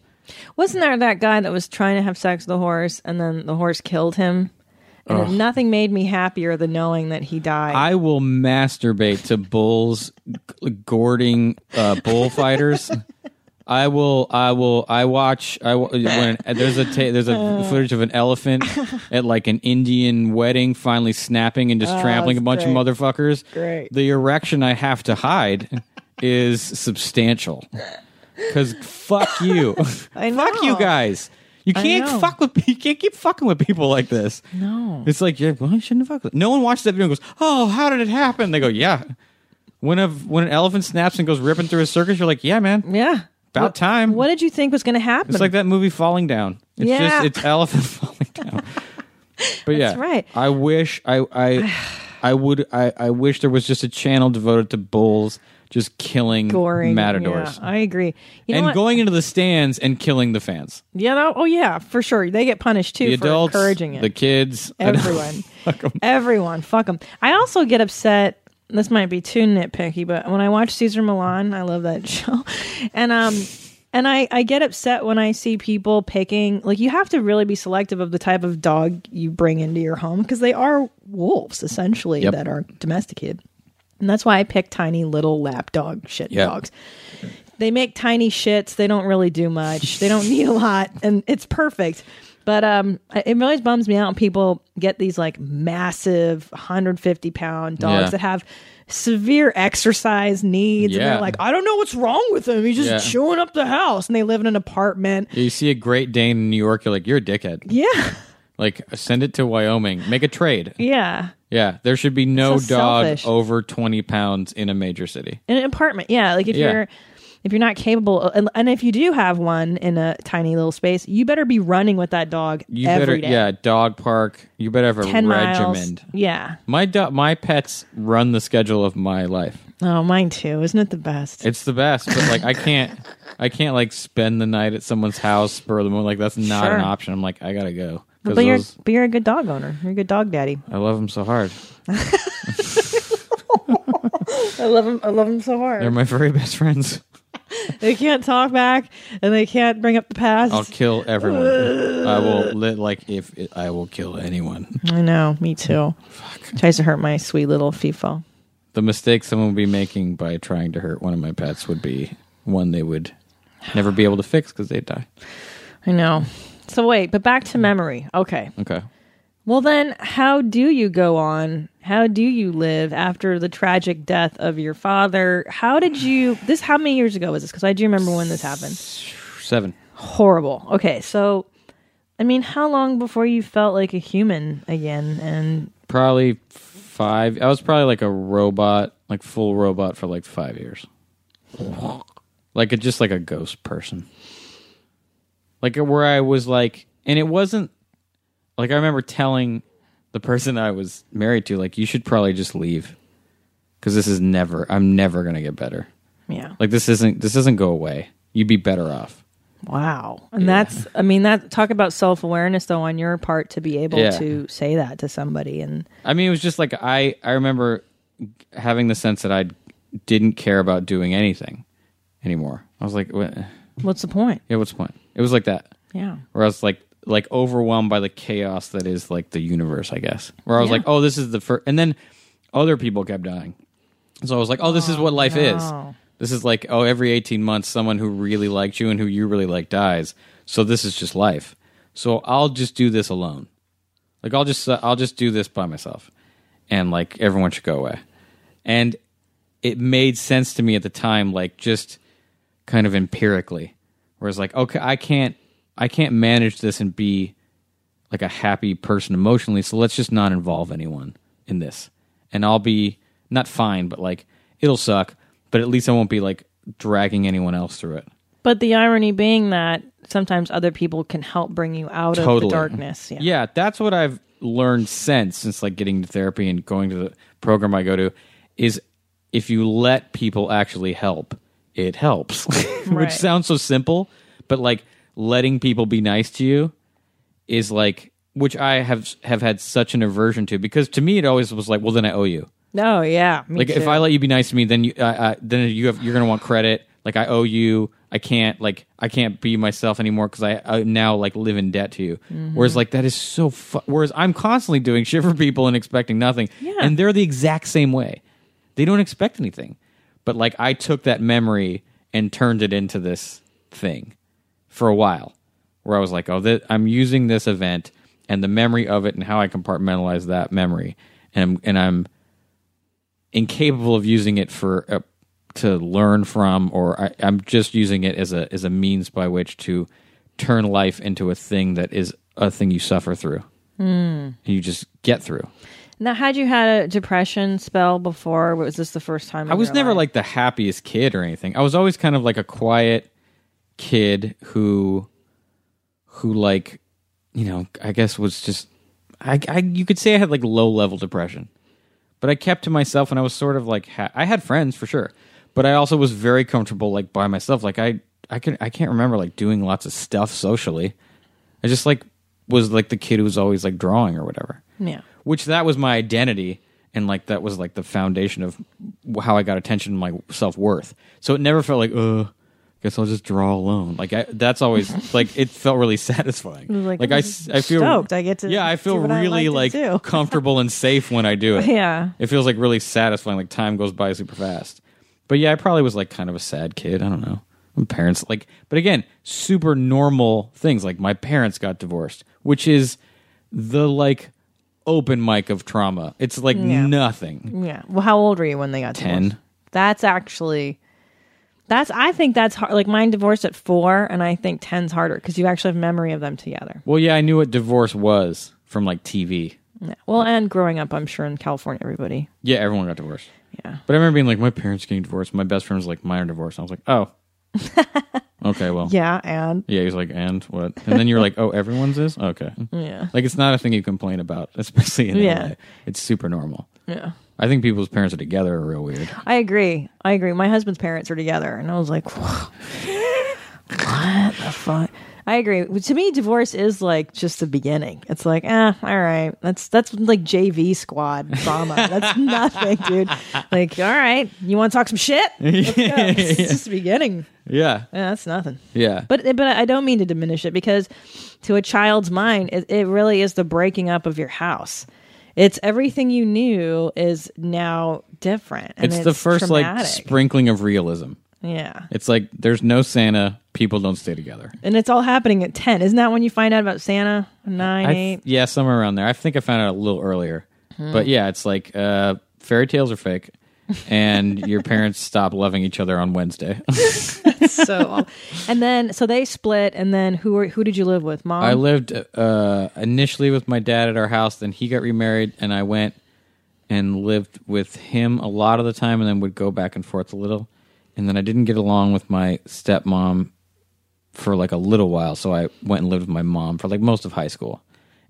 Speaker 1: Wasn't there that guy that was trying to have sex with the horse and then the horse killed him? And nothing made me happier than knowing that he died.
Speaker 2: I will masturbate to bulls g- gourding uh, bullfighters. I will. I will. I watch. I wa- when there's a ta- there's a footage of
Speaker 1: *laughs*
Speaker 2: an elephant at like an Indian wedding, finally snapping and just
Speaker 1: Oh,
Speaker 2: trampling a bunch of motherfuckers.
Speaker 1: Great.
Speaker 2: The erection I have to hide is substantial. because fuck you,
Speaker 1: *laughs* I
Speaker 2: fuck you
Speaker 1: know.
Speaker 2: guys. You can't
Speaker 1: know.
Speaker 2: fuck with *laughs* you can't keep fucking with people like this. No, it's like yeah, well, I shouldn't fuck. With no one watches that video and goes, "Oh, how did it happen?" They go, "Yeah." When a when an elephant snaps and goes ripping through a circus, you're like, "Yeah, man,
Speaker 1: Yeah.
Speaker 2: about
Speaker 1: what,
Speaker 2: time."
Speaker 1: What did you think was going to happen?
Speaker 2: It's like that movie Falling Down. It's
Speaker 1: Yeah.
Speaker 2: just it's elephant *laughs* falling down. But yeah,
Speaker 1: right.
Speaker 2: I wish I I I would I I wish there was just a channel devoted to bulls just killing
Speaker 1: Goring.
Speaker 2: matadors
Speaker 1: Yeah, I agree. You know
Speaker 2: and
Speaker 1: what?
Speaker 2: going into the stands and killing the fans,
Speaker 1: You know, oh yeah, for sure. They get punished too
Speaker 2: the
Speaker 1: for
Speaker 2: adults,
Speaker 1: encouraging it.
Speaker 2: the kids, *laughs* I know.
Speaker 1: Everyone.
Speaker 2: Fuck 'em.
Speaker 1: Everyone, fuck them. I also get upset. This might be too nitpicky, but when I watch Caesar Milan, I love that *laughs* show, and um, and I I get upset when I see people picking. Like you have to really be selective of the type of dog you bring into your home because they are wolves essentially
Speaker 2: Yep.
Speaker 1: that are domesticated, and that's why I pick tiny little lap dog shit
Speaker 2: Yeah.
Speaker 1: dogs. They make tiny shits. They don't really do much. They don't need a lot, and it's perfect. But um, I- it really bums me out when people get these like massive 150 pound dogs
Speaker 2: Yeah.
Speaker 1: that have severe exercise needs, and
Speaker 2: Yeah.
Speaker 1: they're like, I don't know what's wrong with him. He's just
Speaker 2: Yeah.
Speaker 1: chewing up the house, and they live in an apartment.
Speaker 2: You see a Great Dane in New York, you're like, you're a dickhead.
Speaker 1: Yeah,
Speaker 2: Like, send it to Wyoming. Make a trade.
Speaker 1: yeah,
Speaker 2: Yeah, there should be no
Speaker 1: So
Speaker 2: dog
Speaker 1: selfish.
Speaker 2: over 20 pounds in a major city.
Speaker 1: in an apartment. Yeah, like if
Speaker 2: Yeah.
Speaker 1: you're if you're not capable, uh, and, and if you do have one in a tiny little space, you better be running with that dog
Speaker 2: You
Speaker 1: every
Speaker 2: better,
Speaker 1: day.
Speaker 2: yeah, dog park. You better have a
Speaker 1: ten miles.
Speaker 2: regiment.
Speaker 1: Yeah.
Speaker 2: My do- my pets run the schedule of my life.
Speaker 1: Oh, mine too. Isn't it the best?
Speaker 2: It's the best, but like I can't, I can't like spend the night at someone's house spur of the moment. Like that's not
Speaker 1: Sure.
Speaker 2: an option. I'm like I gotta go
Speaker 1: but
Speaker 2: because
Speaker 1: you're
Speaker 2: those
Speaker 1: but you're a good dog owner. You're a good dog daddy.
Speaker 2: I love them so hard.
Speaker 1: I love him. I love him so
Speaker 2: They're
Speaker 1: hard.
Speaker 2: my very best friends.
Speaker 1: They can't talk back, and they can't bring up the past.
Speaker 2: I'll kill everyone. I will li- like if it, I will kill anyone.
Speaker 1: I know. Me too. Tries to hurt my sweet little FIFO.
Speaker 2: The mistake someone would be making by trying to hurt one of my pets would be one they would never be able to fix because they'd die.
Speaker 1: I know. So wait, but back to memory. Okay.
Speaker 2: Okay.
Speaker 1: Well then, how do you go on? How do you live after the tragic death of your father? How did you? This how many years ago was this? Because I do remember when this happened.
Speaker 2: Seven.
Speaker 1: horrible. Okay, so I mean, how long before you felt like a human again? And
Speaker 2: probably five. I was probably like a robot, like full robot for like five years. Like a, just like a ghost person. Like where I was like, and it wasn't like I remember telling the person I was married to, like you should probably just leave because this is never. I'm never gonna get better.
Speaker 1: yeah,
Speaker 2: Like this isn't. This doesn't go away. You'd be better off.
Speaker 1: wow. And that's I mean, that talk about self awareness though on your part to be able
Speaker 2: Yeah.
Speaker 1: to say that to somebody and
Speaker 2: I mean, it was just like I I remember having the sense that I didn't care about doing anything anymore. I was like, what?
Speaker 1: what's the point?
Speaker 2: yeah, what's the point? It was like that,
Speaker 1: Yeah,
Speaker 2: where I was like like overwhelmed by the chaos that is like the universe, I guess. Where I was like, oh, this is the first, and then other people kept dying, so I was like, oh, this is what life is. This is like, oh, every eighteen months, someone who really liked you and who you really like dies. So this is just life. So I'll just do this alone. Like I'll just uh, I'll just do this by myself, and like everyone should go away. And it made sense to me at the time, like just kind of empirically, where it's like, okay, I can't I can't manage this and be like a happy person emotionally. So let's just not involve anyone in this, and I'll be not fine, but like it'll suck, but at least I won't be like dragging anyone else through it.
Speaker 1: but the irony being that sometimes other people can help bring you out of
Speaker 2: Totally.
Speaker 1: the darkness. Yeah.
Speaker 2: that's what I've learned since since like getting to therapy and going to the program I go to is if you let people actually help, it helps. *laughs* Which
Speaker 1: Right.
Speaker 2: sounds so simple, but like letting people be nice to you is like which I have have had such an aversion to because to me it always was like, well then I owe you.
Speaker 1: No, yeah. Me
Speaker 2: Like
Speaker 1: too.
Speaker 2: if I let you be nice to me, then you I I then you have you're gonna want credit. Like I owe you. I can't like I can't be myself anymore because I, I now like live in debt to you.
Speaker 1: Mm-hmm.
Speaker 2: Whereas like that is so. Fu- Whereas I'm constantly doing shit for people and expecting nothing. Yeah. And they're the exact same way. They don't expect anything. But like I took that memory and turned it into this thing for a while where I was like, oh, that I'm using this event and the memory of it and how I compartmentalize that memory, and I'm, and I'm incapable of using it for a, to learn from, or I, I'm just using it as a as a means by which to turn life into a thing that is a thing you suffer through. Mm. You just get through.
Speaker 1: Now, had you had a depression spell before? Was this the first time?
Speaker 2: I was never like the happiest kid or anything. I was always kind of like a quiet kid who, who like, you know, I guess was just, I, I you could say I had like low level depression, but I kept to myself and I was sort of like ha- I had friends for sure, but I also was very comfortable like by myself. Like I, I can I can't remember like doing lots of stuff socially. I just like was like the kid who was always like drawing or whatever
Speaker 1: yeah.
Speaker 2: which that was my identity and like that was like the foundation of how I got attention and my self-worth. So it never felt like uh guess I'll just draw alone. Like I,
Speaker 1: *laughs*
Speaker 2: that's always like it felt really *laughs* satisfying.
Speaker 1: like,
Speaker 2: Like, I
Speaker 1: I'm
Speaker 2: s- I feel
Speaker 1: stoked. I get to
Speaker 2: Yeah, I
Speaker 1: do
Speaker 2: feel
Speaker 1: what I
Speaker 2: really
Speaker 1: like
Speaker 2: like,
Speaker 1: to do.
Speaker 2: comfortable and safe when I do it.
Speaker 1: Yeah.
Speaker 2: It feels like really satisfying like time goes by super fast. But yeah, I probably was like kind of a sad kid, I don't know. My parents like but again, super normal things like my parents got divorced, which is the like open mic of trauma. It's like nothing.
Speaker 1: Yeah. Well, how old were you when they got
Speaker 2: 10.
Speaker 1: divorced? That's actually that's I think that's hard. Like mine divorced at four, and I think ten's harder because you actually have memory of them together.
Speaker 2: Well, yeah, I knew what divorce was from like TV.
Speaker 1: Yeah. Well, and growing up, I'm sure in California, everybody.
Speaker 2: Yeah, everyone got divorced.
Speaker 1: Yeah.
Speaker 2: But I remember being like, my parents getting divorced. My best friend was like, mine are divorced. And I was like,
Speaker 1: *laughs*
Speaker 2: oh. okay, well.
Speaker 1: Yeah, and
Speaker 2: Yeah, he was like, and what? And then you were like, oh, everyone's is? Okay.
Speaker 1: Yeah.
Speaker 2: Like, it's not a thing you complain about, especially in
Speaker 1: Yeah.
Speaker 2: LA. It's super normal.
Speaker 1: yeah.
Speaker 2: I think people's parents are together are real weird.
Speaker 1: I agree. I agree. My husband's parents are together, and I was like, what the fuck? I agree. To me, divorce is like just the beginning. It's like, ah, all right, that's that's like JV squad drama. That's nothing, dude. Like, all right, you want to talk some shit? Let's go. It's just the beginning.
Speaker 2: Yeah.
Speaker 1: Yeah, that's nothing.
Speaker 2: Yeah.
Speaker 1: But but I don't mean to diminish it because to a child's mind, it, it really is the breaking up of your house. It's everything you knew is now different. And
Speaker 2: it's, the first, like,
Speaker 1: traumatic.
Speaker 2: sprinkling of realism.
Speaker 1: yeah,
Speaker 2: It's like, there's no Santa. People don't stay together.
Speaker 1: and it's all happening at ten. Isn't that when you find out about Santa? Nine,
Speaker 2: I th-
Speaker 1: eight. *laughs*
Speaker 2: yeah, somewhere around there. I think I found out a little earlier.
Speaker 1: Hmm.
Speaker 2: But yeah, it's like uh, fairy tales are fake, and your parents stop loving each other on Wednesday. *laughs*
Speaker 1: so, and then so they split, and then who were, who did you live with, mom?
Speaker 2: I lived uh, initially with my dad at our house, then he got remarried, and I went and lived with him a lot of the time, and then would go back and forth a little. And then I didn't get along with my stepmom for like a little while, so I went and lived with my mom for like most of high school,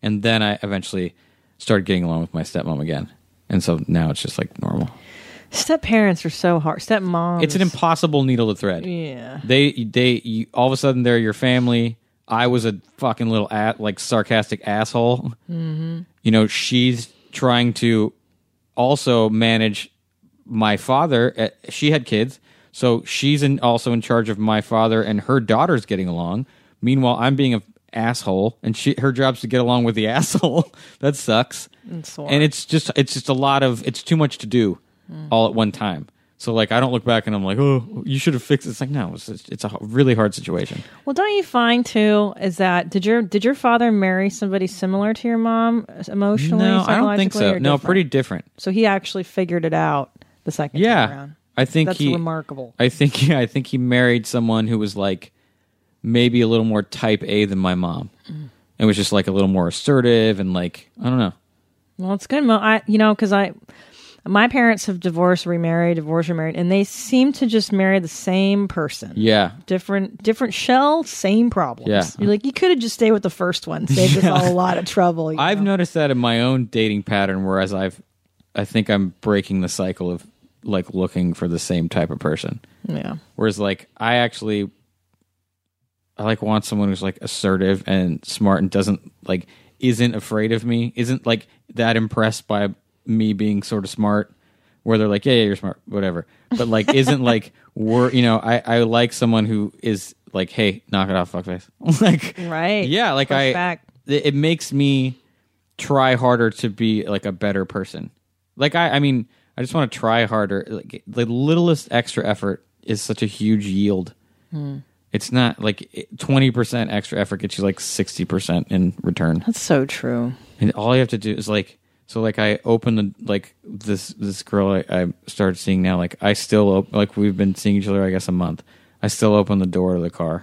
Speaker 2: and then I eventually started getting along with my stepmom again, and so now it's just like normal.
Speaker 1: Step parents are so hard. Step mom.
Speaker 2: It's an impossible needle to thread.
Speaker 1: yeah.
Speaker 2: They they you, all of a sudden they're your family. I was a fucking little at like sarcastic asshole. You know, she's trying to also manage my father. Uh, She had kids, so she's in, also in charge of my father and her daughter's getting along. Meanwhile, I'm being a asshole, and she her job's to get along with the *laughs* asshole. that sucks. and it's just it's just a lot of it's too much to do all at one time. So like I don't look back and I'm like, oh, you should have fixed. It's like no, it's it's a h- really hard situation.
Speaker 1: Well, don't you find too is that did your did your father marry somebody similar to your mom emotionally?
Speaker 2: No, I don't think
Speaker 1: psychologically,
Speaker 2: so.
Speaker 1: or
Speaker 2: No,
Speaker 1: different?
Speaker 2: pretty different.
Speaker 1: So he actually figured it out the second time
Speaker 2: Yeah,
Speaker 1: around.
Speaker 2: I think
Speaker 1: That's
Speaker 2: he.
Speaker 1: remarkable.
Speaker 2: I think *laughs* yeah, I think he married someone who was like maybe a little more type A than my mom, and was just like a little more assertive and like I don't know.
Speaker 1: Well, it's good. Mo- I you know because I my parents have divorced, remarried, divorced, remarried, and they seem to just marry the same person.
Speaker 2: Yeah,
Speaker 1: Different, different shell, same problems.
Speaker 2: Yeah.
Speaker 1: You're like, you could have just stayed with the first one, saved us all a lot of trouble. you
Speaker 2: I've
Speaker 1: know?
Speaker 2: noticed that in my own dating pattern, whereas I've, I think I'm breaking the cycle of like looking for the same type of person.
Speaker 1: yeah.
Speaker 2: Whereas like I actually I like want someone who's like assertive and smart and doesn't like isn't afraid of me, isn't like that impressed by me being sort of smart where they're like, Yeah, yeah, you're smart, whatever. But like isn't like *laughs* wor you know, I, I like someone who is like, Hey, knock it off, fuckface. *laughs* like
Speaker 1: Right.
Speaker 2: Yeah, like
Speaker 1: Push
Speaker 2: I
Speaker 1: back.
Speaker 2: it it makes me try harder to be like a better person. Like I, I mean, I just want to try harder. Like the littlest extra effort is such a huge yield. It's not like twenty percent extra effort gets you like sixty percent in return,
Speaker 1: That's so true.
Speaker 2: and all you have to do is like So like I opened the like this this girl I, I started seeing now like I still op- like we've been seeing each other I guess a month. I still open the door to the car,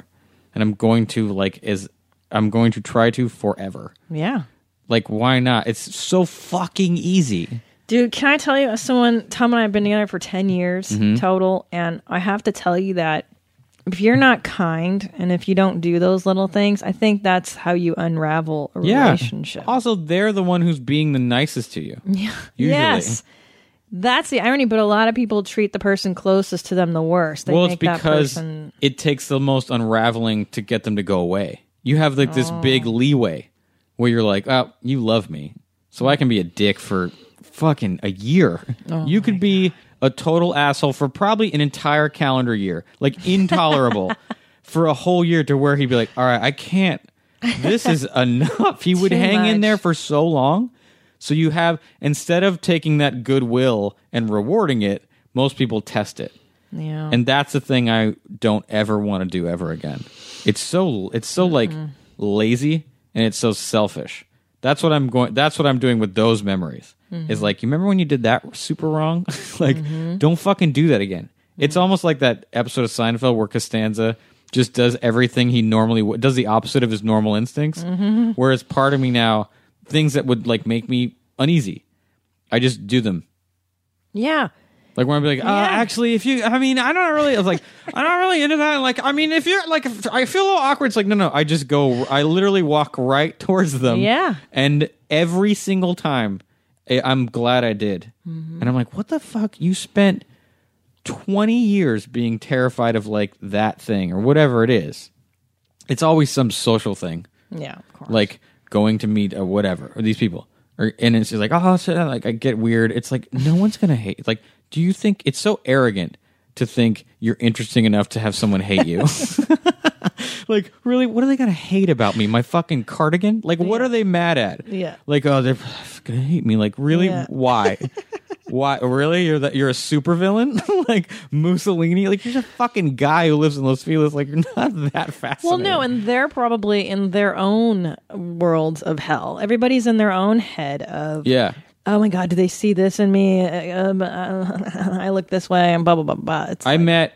Speaker 2: and I'm going to like is I'm going to try to forever.
Speaker 1: Yeah.
Speaker 2: Like why not? It's so fucking easy.
Speaker 1: Dude, can I tell you? Someone, Tom and I have been together for 10 years
Speaker 2: Mm-hmm.
Speaker 1: total. And I have to tell you that if you're not kind and if you don't do those little things, I think that's how you unravel a relationship.
Speaker 2: Also, they're the one who's being the nicest
Speaker 1: *laughs*
Speaker 2: to you. Yeah. Usually.
Speaker 1: Yes. That's the irony, but a lot of people treat the person closest to them the worst. They
Speaker 2: well, it's
Speaker 1: make that
Speaker 2: because
Speaker 1: person
Speaker 2: it takes the most unraveling to get them to go away. You have like this
Speaker 1: Oh.
Speaker 2: big leeway where you're like, "Oh, you love me." So I can be a dick for fucking a year.
Speaker 1: Oh
Speaker 2: you could be a total asshole for probably an entire calendar year. Like
Speaker 1: *laughs*
Speaker 2: intolerable for a whole year to where he'd be like, "All right, I can't.
Speaker 1: *laughs*
Speaker 2: This is enough." He would
Speaker 1: Too
Speaker 2: hang in
Speaker 1: much.
Speaker 2: there for so long. So you have instead of taking that goodwill and rewarding it, most people test it.
Speaker 1: yeah.
Speaker 2: And that's the thing I don't ever want to do ever again. It's so it's so like lazy and it's so selfish. That's what I'm going that's what I'm doing with those memories. Is like you remember when you did that super wrong? *laughs* like don't fucking do that again. It's almost like that episode of Seinfeld where Costanza just does everything he normally would does the opposite of his normal instincts. Whereas part of me now things that would like make me uneasy. I just do them
Speaker 1: yeah.
Speaker 2: like when I'm like, uh, actually, if you, I mean, I don't really, I was like, I'm not really into that. Like, I mean, if you're like, if- I feel a little awkward. It's like, no, no, I just go, I literally walk right *laughs* towards them.
Speaker 1: Yeah.
Speaker 2: And every single time, I- I'm glad I did.
Speaker 1: Mm-hmm.
Speaker 2: And I'm like, what the fuck? You spent 20 years being terrified of like that thing or whatever it is. It's always some social thing
Speaker 1: Yeah, of course.
Speaker 2: like going to meet or whatever or these people or and it's just like oh so, like i get weird it's like no one's gonna hate like do you think it's so arrogant to think you're interesting enough to have someone
Speaker 1: *laughs*
Speaker 2: hate you like really what are they gonna hate about me my fucking cardigan like what are they mad at
Speaker 1: Yeah.
Speaker 2: like oh they're gonna hate me like really
Speaker 1: Yeah. *laughs*
Speaker 2: why why really you're that you're a supervillain *laughs* like mussolini like you're just a fucking guy who lives in los feliz like you're not that fast
Speaker 1: well, no, and they're probably in their own worlds of hell. Everybody's in their own head of,
Speaker 2: yeah
Speaker 1: oh my God, do they see this in me? Uh, Um, uh, *laughs* I look this way and blah, blah, blah, blah. It's,
Speaker 2: I met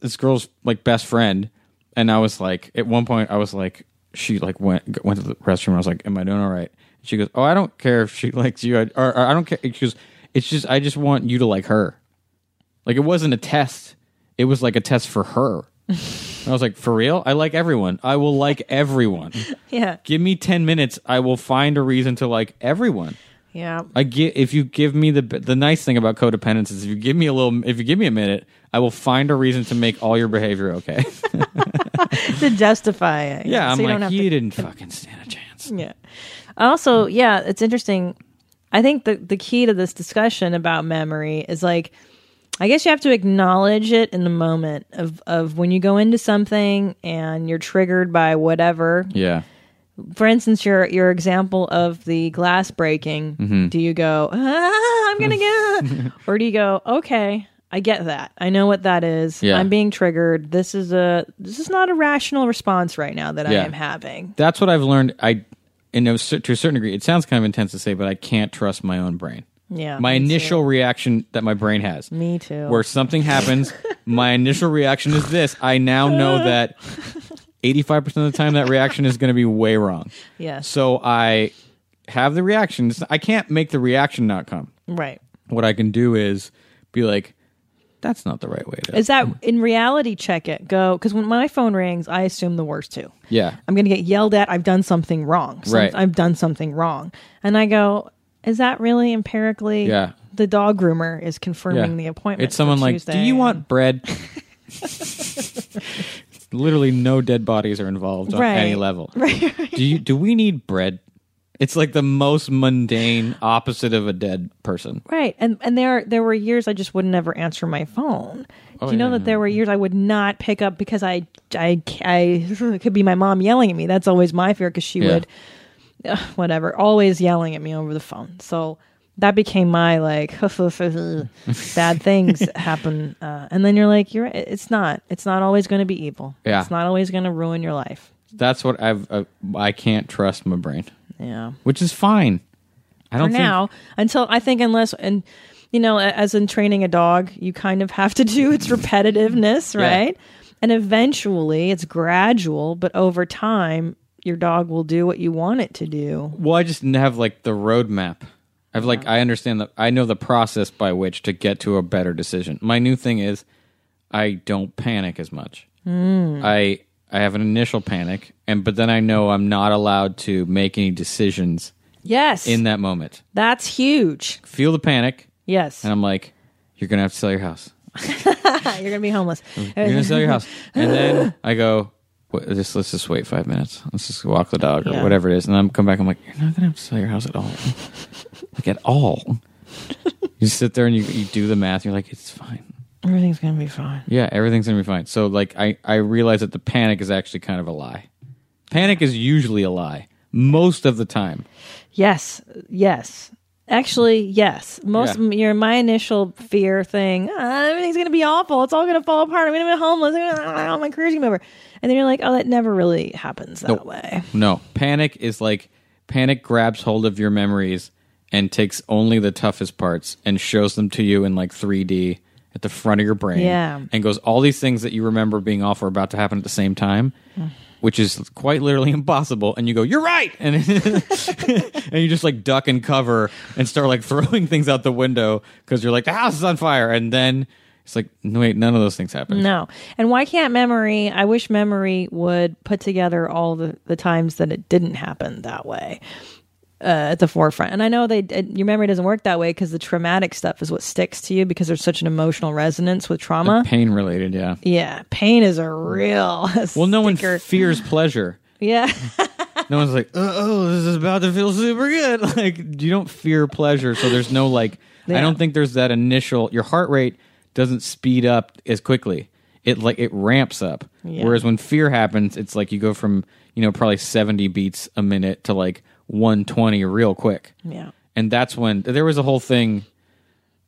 Speaker 2: this girl's like best friend, and I was like, at one point, I was like, she like went g- went to the restroom. And I was like, "Am I doing all right?" And she goes, "Oh, I don't care if she *laughs* likes you, I, or, or I don't care." She goes, "It's just I just want you to like her." Like it wasn't a test; it was like a test for her. and I was like, "For real? I like everyone. I will like everyone.
Speaker 1: yeah.
Speaker 2: Give me ten minutes. I will find a reason to like everyone."
Speaker 1: Yeah.
Speaker 2: I get if you give me the the nice thing about codependence is if you give me a little if you give me a minute, I will find a reason to make all your behavior okay. *laughs*
Speaker 1: to justify it.
Speaker 2: yeah, I'm
Speaker 1: So you don't
Speaker 2: like
Speaker 1: have
Speaker 2: you
Speaker 1: to- Mm.
Speaker 2: didn't fucking stand a chance.
Speaker 1: Yeah. Also, yeah, it's interesting. I think the the key to this discussion about memory is like I guess you have to acknowledge it in the moment of of when you go into something and you're triggered by whatever.
Speaker 2: Yeah.
Speaker 1: For instance, your your example of the glass breaking.
Speaker 2: Mm-hmm.
Speaker 1: Do you go, ah, I'm gonna
Speaker 2: *laughs*
Speaker 1: get, *laughs* or do you go, okay, I get that. I know what that is.
Speaker 2: Yeah.
Speaker 1: I'm being triggered. This is a this is not a rational response right now that
Speaker 2: Yeah.
Speaker 1: I am having.
Speaker 2: That's what I've learned. I and to a cer- to a certain degree, it sounds kind of intense to say, but I can't trust my own brain.
Speaker 1: Yeah,
Speaker 2: My
Speaker 1: me too.
Speaker 2: initial reaction that my brain has.
Speaker 1: Me too.
Speaker 2: Where something happens, my initial reaction is this. I now know that 85% of the time that reaction is going to be way wrong.
Speaker 1: Yes.
Speaker 2: So I have the reaction. It's- I can't make the reaction not come.
Speaker 1: Right.
Speaker 2: What I can do is be like, that's not the right way to.
Speaker 1: Is that in reality check it? Go because when my phone rings, I assume the worst too.
Speaker 2: yeah.
Speaker 1: I'm going to get yelled at. I've done something wrong. Some-
Speaker 2: Right.
Speaker 1: I've done something wrong. And I go, is that really empirically?
Speaker 2: Yeah.
Speaker 1: The dog groomer is
Speaker 2: Yeah.
Speaker 1: confirming the appointment.
Speaker 2: It's someone
Speaker 1: for
Speaker 2: like, do
Speaker 1: Tuesday."
Speaker 2: you want bread?
Speaker 1: *laughs*
Speaker 2: *laughs* Literally, no dead bodies are involved
Speaker 1: *laughs*
Speaker 2: on
Speaker 1: Right.
Speaker 2: any level. Right, Do you? Do we need bread? It's like the most mundane opposite of a dead person.
Speaker 1: Right. And and there there were years I just would never answer my phone. Do you know
Speaker 2: yeah,
Speaker 1: that there were years I would not pick up because I I, I *laughs* it could be my mom yelling at me. That's always my fear because she
Speaker 2: Yeah.
Speaker 1: would ugh, whatever, always yelling at me over the phone. So that became my like *laughs* bad
Speaker 2: *laughs*
Speaker 1: things happen uh, and then you're like you're right. it's not it's not always going to be evil.
Speaker 2: Yeah.
Speaker 1: It's not always going to ruin your life.
Speaker 2: That's what I've. Uh, I can't trust my brain,
Speaker 1: Yeah.
Speaker 2: which is fine. I don't
Speaker 1: for
Speaker 2: think-
Speaker 1: now until I think unless and you know a- as in training a dog, you kind of have to *laughs* do its repetitiveness,
Speaker 2: Yeah.
Speaker 1: right? And eventually, it's gradual, but over time, your dog will do what you want it to do.
Speaker 2: Well, I just didn't have like the roadmap. I've like I understand that I know the process by which to get to a better decision. My new thing is I don't panic as much. I I have an initial panic, and but then I know I'm not allowed to make any decisions
Speaker 1: Yes,
Speaker 2: in that moment.
Speaker 1: that's huge.
Speaker 2: Feel the panic,
Speaker 1: Yes,
Speaker 2: and I'm like, you're gonna have to sell your house.
Speaker 1: *laughs* you're gonna be homeless.
Speaker 2: You're gonna sell your house, and then I go. "Wait, Just, let's just wait five minutes. Let's just walk the dog or
Speaker 1: Yeah.
Speaker 2: whatever it is, and then I'm come back. I'm like, you're not gonna have to sell your house at all, like at all. you sit there and you, you do the math. You're like, it's fine.
Speaker 1: Everything's gonna be fine.
Speaker 2: Yeah, everything's gonna be fine. So like, I I realize that the panic is actually kind of a lie. Panic is usually a lie most of the time.
Speaker 1: Yes, yes. Actually, yes. Most
Speaker 2: Yeah.
Speaker 1: your my initial fear thing. "Ah, everything's gonna be awful. It's all gonna fall apart. I'm gonna be homeless. I'm gonna, ah, my career's gonna be over. And then you're like, oh, that never really happens that
Speaker 2: Nope.
Speaker 1: way.
Speaker 2: No, panic is like panic grabs hold of your memories and takes only the toughest parts and shows them to you in like 3D at the front of your brain.
Speaker 1: Yeah.
Speaker 2: And goes, all these things that you remember being awful are about to happen at the same time, which is quite literally *laughs* impossible. And you go, you're right. *laughs* And, and *laughs* you just like duck and cover and start like throwing things out the window because you're like, the house is on fire. And then it's like, no, wait, none of those things happen.
Speaker 1: No. And why can't memory? I wish memory would put together all the, the times that it didn't happen that way uh, at the forefront. And I know they it, your memory doesn't work that way because the traumatic stuff is what sticks to you because there's such an emotional resonance with trauma.
Speaker 2: Pain related, yeah.
Speaker 1: yeah, pain is a real
Speaker 2: Well, no one
Speaker 1: sticker.
Speaker 2: fears pleasure.
Speaker 1: *laughs* yeah.
Speaker 2: No one's like, oh, oh, this is about to feel super good. *laughs* Like, you don't fear pleasure. So there's no, like, I
Speaker 1: Yeah.
Speaker 2: don't think there's that initial, your heart rate doesn't speed up as quickly. It, like, it ramps up. Whereas when fear happens, it's like you go from, you know, probably 70 beats a minute to like 120 real quick.
Speaker 1: Yeah.
Speaker 2: And that's when there was a whole thing.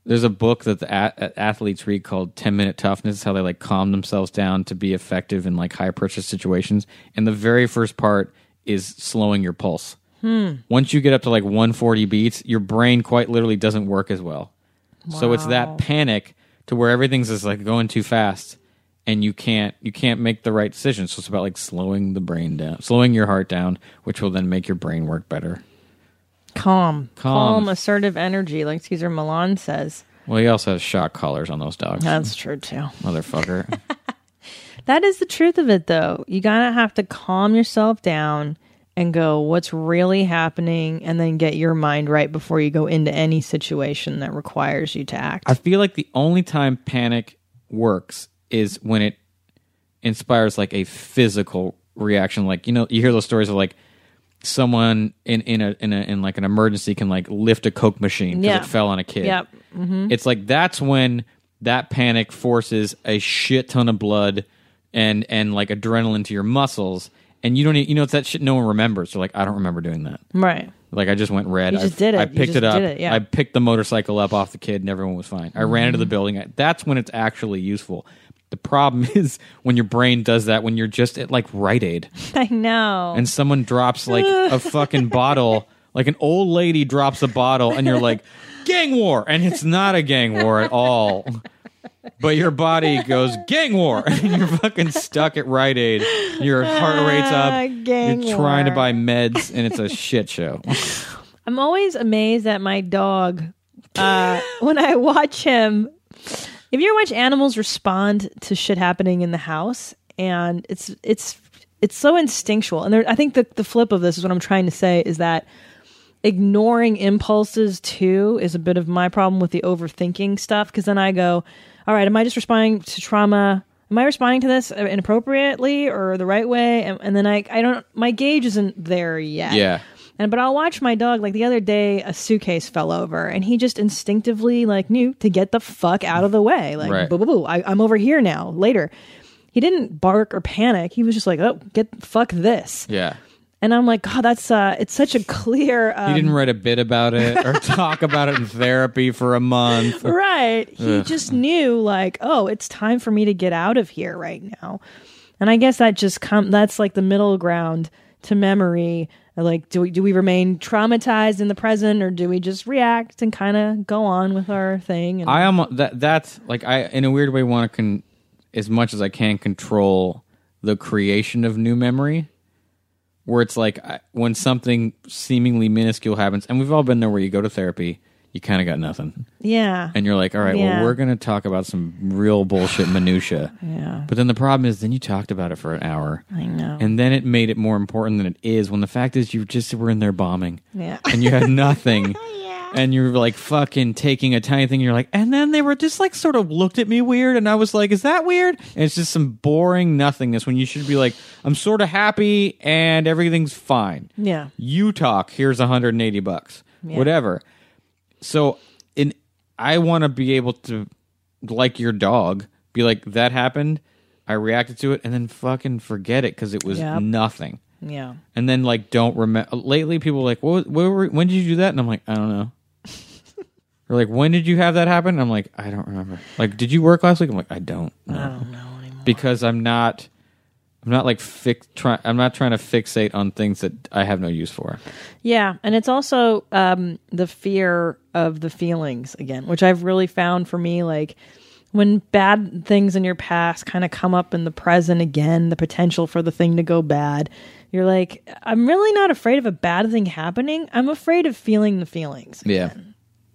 Speaker 2: There's a book that the a- athletes read called 10 Minute Toughness, how they like calm themselves down to be effective in like high pressure situations. And the very first part is slowing your pulse. Once you get up to like 140 beats, your brain quite literally doesn't work as well. So it's that panic to where everything's just like going too fast and you can't you can't make the right decision. So it's about like slowing the brain down, slowing your heart down, which will then make your brain work better.
Speaker 1: calm,
Speaker 2: Calm.
Speaker 1: calm, assertive energy, like Caesar Milan says.
Speaker 2: Well, he also has shock collars on those
Speaker 1: *laughs*
Speaker 2: dogs.
Speaker 1: That's true too.
Speaker 2: motherfucker.
Speaker 1: That is the truth of it, though. You gotta have to calm yourself down and go, what's really happening, and then get your mind right before you go into any situation that requires you to act.
Speaker 2: I feel like the only time panic works is when it inspires like a physical reaction. Like you know, you hear those stories of like someone in in a in a in like an emergency can like lift a coke machine because
Speaker 1: Yeah.
Speaker 2: it fell on a kid.
Speaker 1: Yep. Mm-hmm.
Speaker 2: It's like that's when that panic forces a shit ton of blood and and like adrenaline to your muscles. And you don't, e- you know, it's that shit no one remembers. They're like, I don't remember doing that.
Speaker 1: right. *laughs*
Speaker 2: Like I just went red.
Speaker 1: You
Speaker 2: I,
Speaker 1: just did it.
Speaker 2: I
Speaker 1: You
Speaker 2: picked
Speaker 1: just
Speaker 2: it up.
Speaker 1: did it, yeah.
Speaker 2: I picked the motorcycle up off the kid, and everyone was fine. I ran into the building. I, that's when it's actually useful. The problem *laughs* is when your brain does that when you're just at like Rite Aid
Speaker 1: I know.
Speaker 2: and someone drops like
Speaker 1: *laughs*
Speaker 2: a fucking bottle, like an old lady drops a bottle, and you're like, gang war, and it's not a gang war at all. But your body goes gang war, *laughs* and you're fucking stuck at Rite Aid. Your heart rate's
Speaker 1: Ah,
Speaker 2: up.
Speaker 1: gang
Speaker 2: you're trying to
Speaker 1: war.
Speaker 2: buy meds, and it's a
Speaker 1: *laughs*
Speaker 2: shit show.
Speaker 1: I'm always amazed at my dog uh, *laughs* when I watch him. If you ever watch animals respond to shit happening in the house, and it's it's it's so instinctual. And there, I think the the flip of this is what I'm trying to say is that ignoring impulses too is a bit of my problem with the overthinking stuff because then I go, all right, am I just responding to trauma? Am I responding to this inappropriately or the right way? And, and then I, I don't, my gauge isn't there yet.
Speaker 2: Yeah.
Speaker 1: And but I'll watch my dog. Like the other day, a suitcase fell over, and he just instinctively like knew to get the fuck out of the way. Like
Speaker 2: Right.
Speaker 1: boo boo boo, I, I'm over here now. Later, he didn't bark or panic. He was just like, oh, get fuck this.
Speaker 2: Yeah.
Speaker 1: And I'm like, God, that's uh, it's such a clear.
Speaker 2: He
Speaker 1: Um,
Speaker 2: didn't write a bit about it or talk about it in therapy for a month.
Speaker 1: right. He just knew like, oh, it's time for me to get out of here right now. And I guess that just come that's like the middle ground to memory Like, do we do we remain traumatized in the present, or do we just react and kind of go on with our thing? And
Speaker 2: I am that that's like I in a weird way want to con as much as I can control the creation of new memory, where it's like I, when something seemingly minuscule happens, and we've all been there where you go to therapy, you kind of got nothing,
Speaker 1: yeah,
Speaker 2: and you're like, all right,
Speaker 1: Yeah.
Speaker 2: well, we're gonna talk about some real bullshit minutia,
Speaker 1: yeah,
Speaker 2: but then the problem is, then you talked about it for an hour,
Speaker 1: I know.
Speaker 2: and then it made it more important than it is when the fact is you just were in there bombing
Speaker 1: Yeah.
Speaker 2: and you
Speaker 1: *laughs*
Speaker 2: had nothing
Speaker 1: Oh,
Speaker 2: and you're like fucking taking a tiny thing and you're like and then they were just like sort of looked at me weird and i was like is that weird and it's just some boring nothingness when you should be like i'm sort of happy and everything's fine
Speaker 1: yeah,
Speaker 2: you talk here's 180 bucks whatever so in i want to be able to like your dog be like that happened i reacted to it and then fucking forget it because it was
Speaker 1: Yep.
Speaker 2: nothing
Speaker 1: yeah.
Speaker 2: and then like don't remember lately people are like what, what were, when did you do that and i'm like i
Speaker 1: *laughs*
Speaker 2: don't know or like when did you have that happen i'm like i don't remember like did you work last week i'm like i don't know i don't know anymore because i'm not i'm not like fix try, i'm not trying to fixate on things that i have no use for
Speaker 1: Yeah, and it's also um, the fear of the feelings again, which I've really found for me. Like when bad things in your past kind of come up in the present again, the potential for the thing to go bad, you're like, I'm really not afraid of a bad thing happening. I'm afraid of feeling the feelings,
Speaker 2: yeah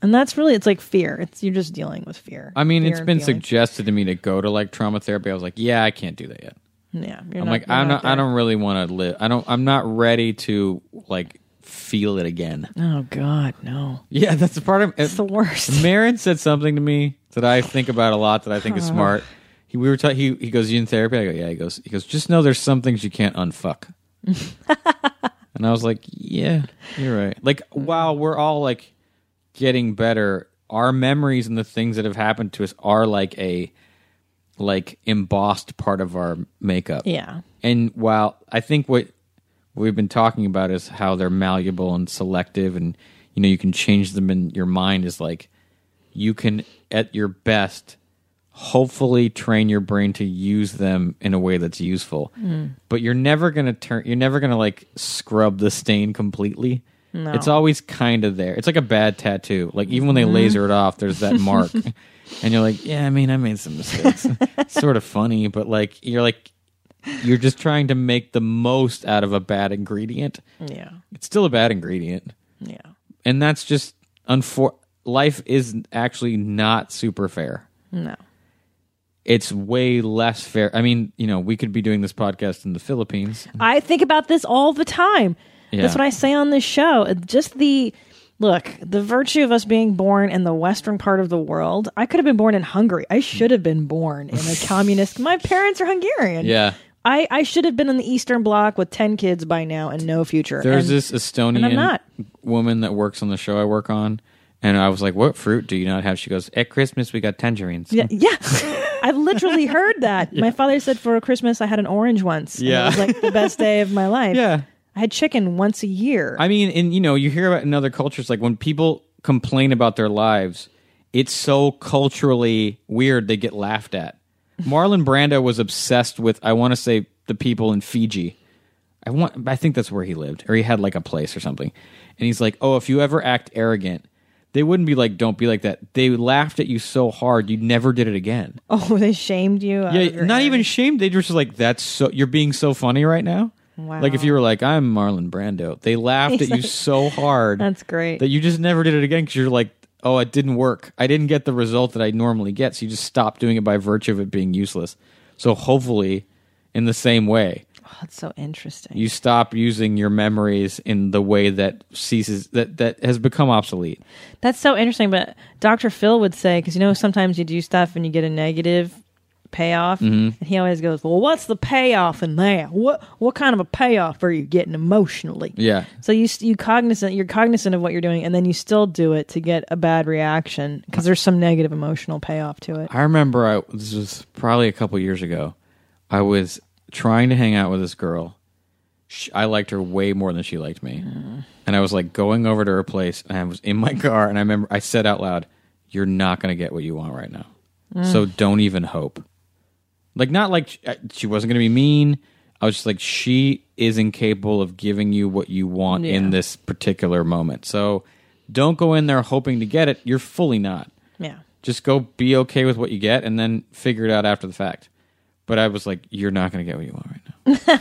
Speaker 1: and that's really it's like fear. It's you're just dealing with fear.
Speaker 2: i mean
Speaker 1: Fear
Speaker 2: it's
Speaker 1: and
Speaker 2: been
Speaker 1: feeling.
Speaker 2: suggested to me to go to like trauma therapy i was like yeah i can't do that yet
Speaker 1: yeah. You're
Speaker 2: i'm
Speaker 1: not-
Speaker 2: like
Speaker 1: you're
Speaker 2: i'm not, i
Speaker 1: there.
Speaker 2: don't really want to live i don't i'm not ready to like feel it again
Speaker 1: Oh God, no!
Speaker 2: yeah that's the part of
Speaker 1: It's the worst. *laughs*
Speaker 2: *laughs* Marin said something to me that I think about a lot that I think is smart. He, we were ta- he, he goes, You in therapy? I go, Yeah, he goes, he goes, just know there's some things you can't unfuck. and I was like, Yeah, you're right. Like while we're all like getting better, our memories and the things that have happened to us are like a like embossed part of our makeup.
Speaker 1: Yeah.
Speaker 2: And while I think what we've been talking about is how they're malleable and selective and you know you can change them in your mind is like you can at your best hopefully train your brain to use them in a way that's useful. But you're never going to turn you're never going to like scrub the stain completely. It's always kind of there. It's like a bad tattoo. Like even when they laser it off, there's that mark. and you're like, yeah, I mean, I made some mistakes. sort of funny, but like you're like you're just trying to make the most out of a bad ingredient.
Speaker 1: Yeah,
Speaker 2: It's still a bad ingredient.
Speaker 1: yeah,
Speaker 2: And that's just unfor life is actually not super fair.
Speaker 1: no,
Speaker 2: It's way less fair. I mean, you know, we could be doing this podcast in the Philippines.
Speaker 1: I think about this all the time.
Speaker 2: Yeah.
Speaker 1: That's what I say on this show. Just the look, the virtue of us being born in the western part of the world. I could have been born in Hungary. I should have been born
Speaker 2: *laughs*
Speaker 1: in a communist. My parents are Hungarian.
Speaker 2: Yeah.
Speaker 1: I, I should have been in the Eastern Bloc with 10 kids by now and no future.
Speaker 2: There's
Speaker 1: And-
Speaker 2: this Estonian
Speaker 1: I'm not.
Speaker 2: woman that works on the show I work on, and I was like, "What fruit do you not have?" She goes, "At Christmas we got tangerines."
Speaker 1: Yeah, yeah. *laughs* I've literally heard
Speaker 2: *laughs*
Speaker 1: that. My father said for Christmas I had an orange once. and
Speaker 2: Yeah.
Speaker 1: it was like the best day of my
Speaker 2: *laughs*
Speaker 1: life.
Speaker 2: Yeah.
Speaker 1: I had chicken once a year.
Speaker 2: I mean, and you know, you hear about in other cultures, like when people complain about their lives, it's so culturally weird they get laughed at. Marlon Brando was obsessed with, I want to say, the people in Fiji. I want, I think that's where he lived, or he had like a place or something. And he's like, oh, if you ever act arrogant, they wouldn't be like, don't be like that. They laughed at you so hard, you never did it again.
Speaker 1: *laughs* oh, they shamed you. Oh, out of
Speaker 2: Yeah,
Speaker 1: your
Speaker 2: not
Speaker 1: hair.
Speaker 2: even shamed. They were just like, "That's so you're being so funny right now."
Speaker 1: Wow.
Speaker 2: Like if you were like, "I'm Marlon Brando," they
Speaker 1: *laughs*
Speaker 2: laughed at you so hard.
Speaker 1: That's great.
Speaker 2: That you just never did it again because you're like, "Oh, it didn't work. I didn't get the result that I normally get." So you just stopped doing it by virtue of it being useless. So hopefully, in the same way,
Speaker 1: That's so interesting.
Speaker 2: you stop using your memories in the way that ceases that that has become obsolete.
Speaker 1: That's so interesting. But Dr. Phil would say, because you know, sometimes you do stuff and you get a negative payoff,
Speaker 2: Mm-hmm.
Speaker 1: and he always goes, "Well, what's the payoff in there? What what kind of a payoff are you getting emotionally?"
Speaker 2: Yeah.
Speaker 1: So you s- you cognizant you're cognizant of what you're doing, and then you still do it to get a bad reaction because there's some negative emotional payoff to it.
Speaker 2: I remember I this was probably a couple years ago. I was trying to hang out with this girl. She, I liked her way more than she liked me. And I was like going over to her place and I was in my car and I remember I said out loud, "You're not going to get what you want right now. uh, So don't even hope." Like not like she, I- she wasn't going to be mean. I was just like, she is incapable of giving you what you want in
Speaker 1: Yeah.
Speaker 2: this particular moment. So don't go in there hoping to get it. You're fully not.
Speaker 1: Yeah.
Speaker 2: Just go be okay with what you get and then figure it out after the fact. But I was like, you're not going to get what you want right now.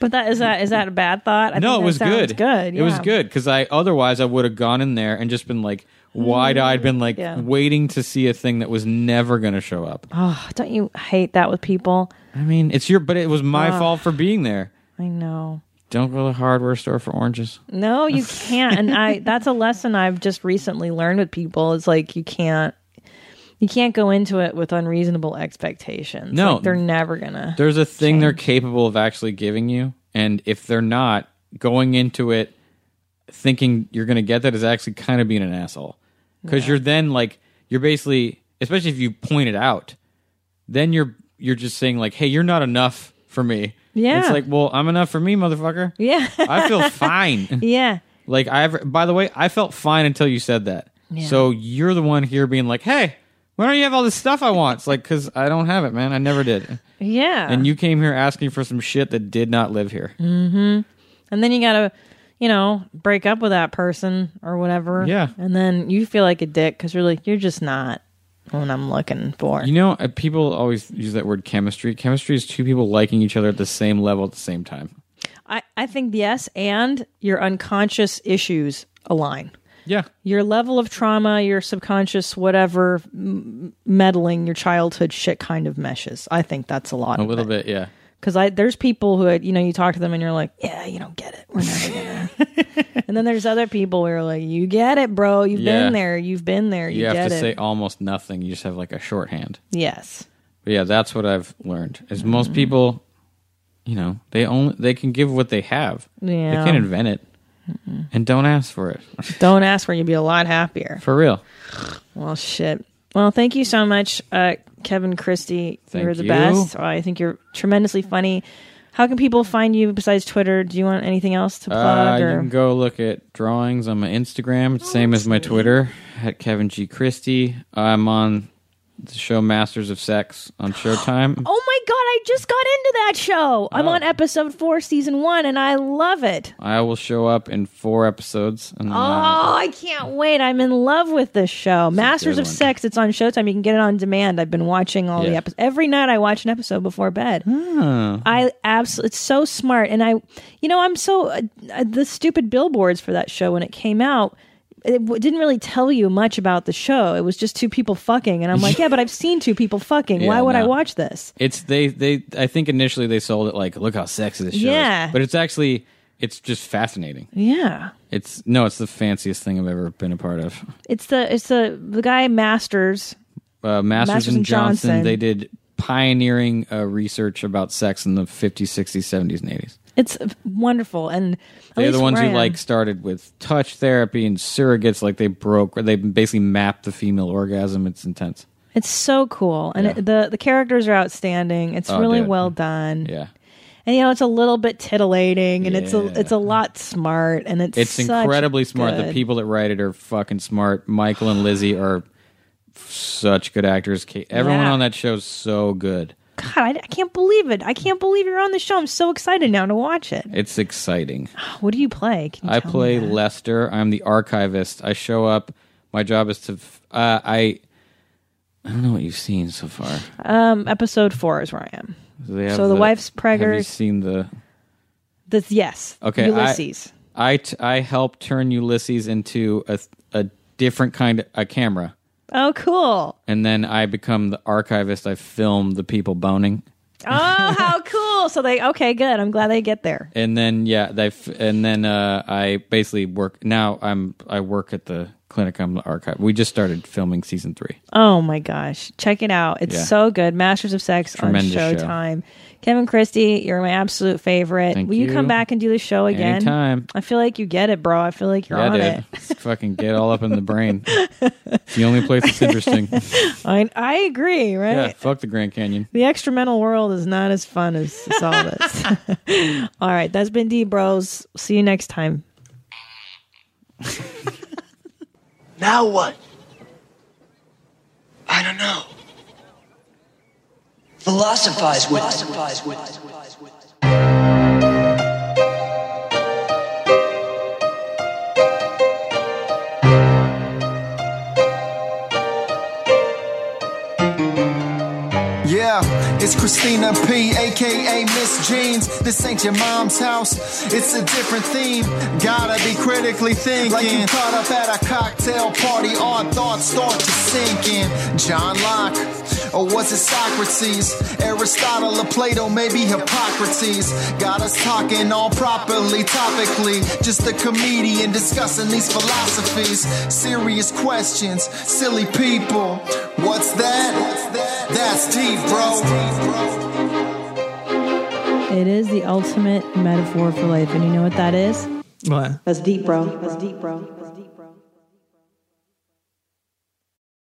Speaker 1: But that is that is that a bad thought? I
Speaker 2: no,
Speaker 1: think
Speaker 2: it was
Speaker 1: that sounds
Speaker 2: good.
Speaker 1: Good.
Speaker 2: It was
Speaker 1: yeah.
Speaker 2: good because I otherwise I would have gone in there and just been like wide eyed, been like
Speaker 1: Mm-hmm. yeah.
Speaker 2: waiting to see a thing that was never going to show up.
Speaker 1: Oh, don't you hate that with people?
Speaker 2: I mean, it's your, but it was my
Speaker 1: uh.
Speaker 2: fault for being there.
Speaker 1: I know.
Speaker 2: Don't go to the hardware store for oranges.
Speaker 1: No, you can't. and
Speaker 2: *laughs*
Speaker 1: I that's a lesson I've just recently learned with people. It's like you can't you can't go into it with unreasonable expectations.
Speaker 2: No.
Speaker 1: Like, they're never gonna.
Speaker 2: There's a thing they're capable of actually giving you, and if they're not going into it thinking you're going to get that is actually kind of being an asshole because you're then like you're basically, especially if you point it out, then you're you're just saying like, hey, you're not enough for me.
Speaker 1: Yeah.
Speaker 2: it's like, well, I'm enough for me, motherfucker.
Speaker 1: *laughs* Yeah.
Speaker 2: I feel fine.
Speaker 1: yeah,
Speaker 2: Like I ever, by the way, I felt fine until you said that. So you're the one here being like, "Hey, why don't you have all this stuff I want?" It's like because I don't have it, man. I never did,
Speaker 1: yeah.
Speaker 2: and you came here asking for some shit that did not live here.
Speaker 1: Mm-hmm. and then you gotta you know break up with that person or whatever
Speaker 2: Yeah.
Speaker 1: and then you feel like a dick because you're like you're just not what i'm looking for
Speaker 2: You know, uh, people always use that word chemistry. Chemistry is two people liking each other at the same level at the same time.
Speaker 1: I, I think yes and your unconscious issues align
Speaker 2: Yeah,
Speaker 1: your level of trauma your subconscious whatever m- meddling your childhood shit kind of meshes i think that's a lot
Speaker 2: a little bit. Yeah,
Speaker 1: because I there's people who you know you talk to them and you're like, yeah, you don't get it. We're never gonna.
Speaker 2: *laughs*
Speaker 1: and then there's other people where you're like, you get it, bro. You've
Speaker 2: Yeah.
Speaker 1: been there. You've been there. You,
Speaker 2: you have
Speaker 1: get
Speaker 2: to
Speaker 1: it.
Speaker 2: say almost nothing. You just have like a shorthand.
Speaker 1: yes.
Speaker 2: But yeah, that's what I've learned. Is
Speaker 1: Mm.
Speaker 2: most people, you know, they only they can give what they have. They
Speaker 1: Yeah.
Speaker 2: can't invent it. And don't ask for it.
Speaker 1: Don't ask for. it, You'd be a lot happier.
Speaker 2: For real.
Speaker 1: Well, shit. Well, thank you so much, uh, Kevin Christie.
Speaker 2: Thank
Speaker 1: you're the
Speaker 2: you.
Speaker 1: best. I think you're tremendously funny. How can people find you besides Twitter? Do you want anything else to
Speaker 2: Uh,
Speaker 1: plug?
Speaker 2: you
Speaker 1: or
Speaker 2: can go look at drawings on my Instagram.
Speaker 1: Oh,
Speaker 2: It's same as my Twitter at Kevin G Christie. I'm on the show Masters of Sex
Speaker 1: *gasps*
Speaker 2: on Showtime.
Speaker 1: Oh my god! I just got into that show. I'm
Speaker 2: Oh.
Speaker 1: on episode four, season one, and I love it.
Speaker 2: I will show up in four episodes. And, uh,
Speaker 1: Oh, I can't wait. I'm in love with this show. Masters
Speaker 2: good
Speaker 1: of
Speaker 2: one.
Speaker 1: Sex. It's on Showtime. You can get it on demand. I've been watching all the
Speaker 2: Yeah. Ah.
Speaker 1: episodes. Every night I watch an episode before bed. I absolutely it's so smart and I you know, I'm so uh, uh, the stupid billboards for that show when it came out it w- didn't really tell you much about the show. It was just two people fucking, and I'm
Speaker 2: *laughs*
Speaker 1: like, yeah, but I've seen two people fucking. Why
Speaker 2: Yeah,
Speaker 1: would I
Speaker 2: no.
Speaker 1: watch this?
Speaker 2: it's they they I think initially they sold it like look how sexy this show
Speaker 1: Yeah.
Speaker 2: is. But it's actually it's just fascinating.
Speaker 1: Yeah,
Speaker 2: It's no, it's the fanciest thing I've ever been a part of.
Speaker 1: it's the it's the the guy Masters.
Speaker 2: Uh, Masters,
Speaker 1: Masters
Speaker 2: and
Speaker 1: and
Speaker 2: Johnson,
Speaker 1: Johnson.
Speaker 2: they did pioneering uh, research about sex in the 50s, 60s, 70s, and 80s.
Speaker 1: It's wonderful, and at
Speaker 2: They're
Speaker 1: least
Speaker 2: the ones
Speaker 1: where
Speaker 2: who
Speaker 1: I am-
Speaker 2: like started with touch therapy and surrogates. Like they broke, they basically mapped the female orgasm. It's intense.
Speaker 1: It's so cool, and it, the the characters are outstanding. It's
Speaker 2: Oh,
Speaker 1: really
Speaker 2: dude.
Speaker 1: well done,
Speaker 2: Yeah,
Speaker 1: and you know it's a little bit titillating, and it's a
Speaker 2: Yeah.
Speaker 1: it's a lot smart, and it's
Speaker 2: it's
Speaker 1: such
Speaker 2: incredibly smart. The
Speaker 1: good-
Speaker 2: people that write it are fucking smart. Michael and Lizzie are such good actors. Ka- Everyone
Speaker 1: Yeah.
Speaker 2: on that show is so good.
Speaker 1: God, I, I can't believe it! I can't believe you're on the show. I'm so excited now to watch it.
Speaker 2: It's exciting.
Speaker 1: What do you play? Can you
Speaker 2: I
Speaker 1: tell me
Speaker 2: play
Speaker 1: that?
Speaker 2: Lester. I'm the archivist. I show up. My job is to. f- Uh, I. I don't know what you've seen so far.
Speaker 1: um, episode four is where I am.
Speaker 2: Do they have
Speaker 1: So the wife's
Speaker 2: Have you
Speaker 1: preggers.
Speaker 2: seen the?
Speaker 1: That's yes.
Speaker 2: Okay, I-
Speaker 1: Ulysses.
Speaker 2: I t- I help turn Ulysses into a a different kind of a camera,
Speaker 1: oh, cool!
Speaker 2: and then I become the archivist. I film the people boning,
Speaker 1: Oh, how cool! So they okay, good. I'm glad they get there.
Speaker 2: and then yeah, they f- and then uh, I basically work. Now I'm I work at the clinic. I'm the archive. We just started filming season three.
Speaker 1: Oh my gosh. Check it out. It's
Speaker 2: Yeah.
Speaker 1: so good. Masters of Sex on
Speaker 2: Tremendous show.
Speaker 1: Showtime. Kevin Christie, you're my absolute favorite.
Speaker 2: Thank
Speaker 1: Will you. come
Speaker 2: you.
Speaker 1: back and do the show again?
Speaker 2: Anytime.
Speaker 1: I feel like you get it, bro. I feel like you're on
Speaker 2: Yeah,
Speaker 1: it.
Speaker 2: dude. It's fucking get all up in the brain. It's the only place that's interesting.
Speaker 1: I, I agree, right?
Speaker 2: Yeah, fuck the Grand Canyon.
Speaker 1: The extra mental world is not as fun as, as all this.
Speaker 2: *laughs*
Speaker 1: *laughs* all right. That's been D Bros. See you next time.
Speaker 4: Now what? I don't know. Philosophize with. Philosophize with.
Speaker 5: It's Christina P, aka Miss Jeans. This ain't your mom's house. It's a different theme. Gotta be critically thinking. Like you caught up at a cocktail party, odd thoughts start to sink in. John Locke, or was it Socrates? Aristotle or Plato, maybe Hippocrates. Got us talking all properly, topically. Just a comedian discussing these philosophies. Serious questions, silly people. What's that? That's deep, bro.
Speaker 1: It is the ultimate metaphor for life. And you know what that is?
Speaker 6: What?
Speaker 7: That's deep, bro. That's deep, bro.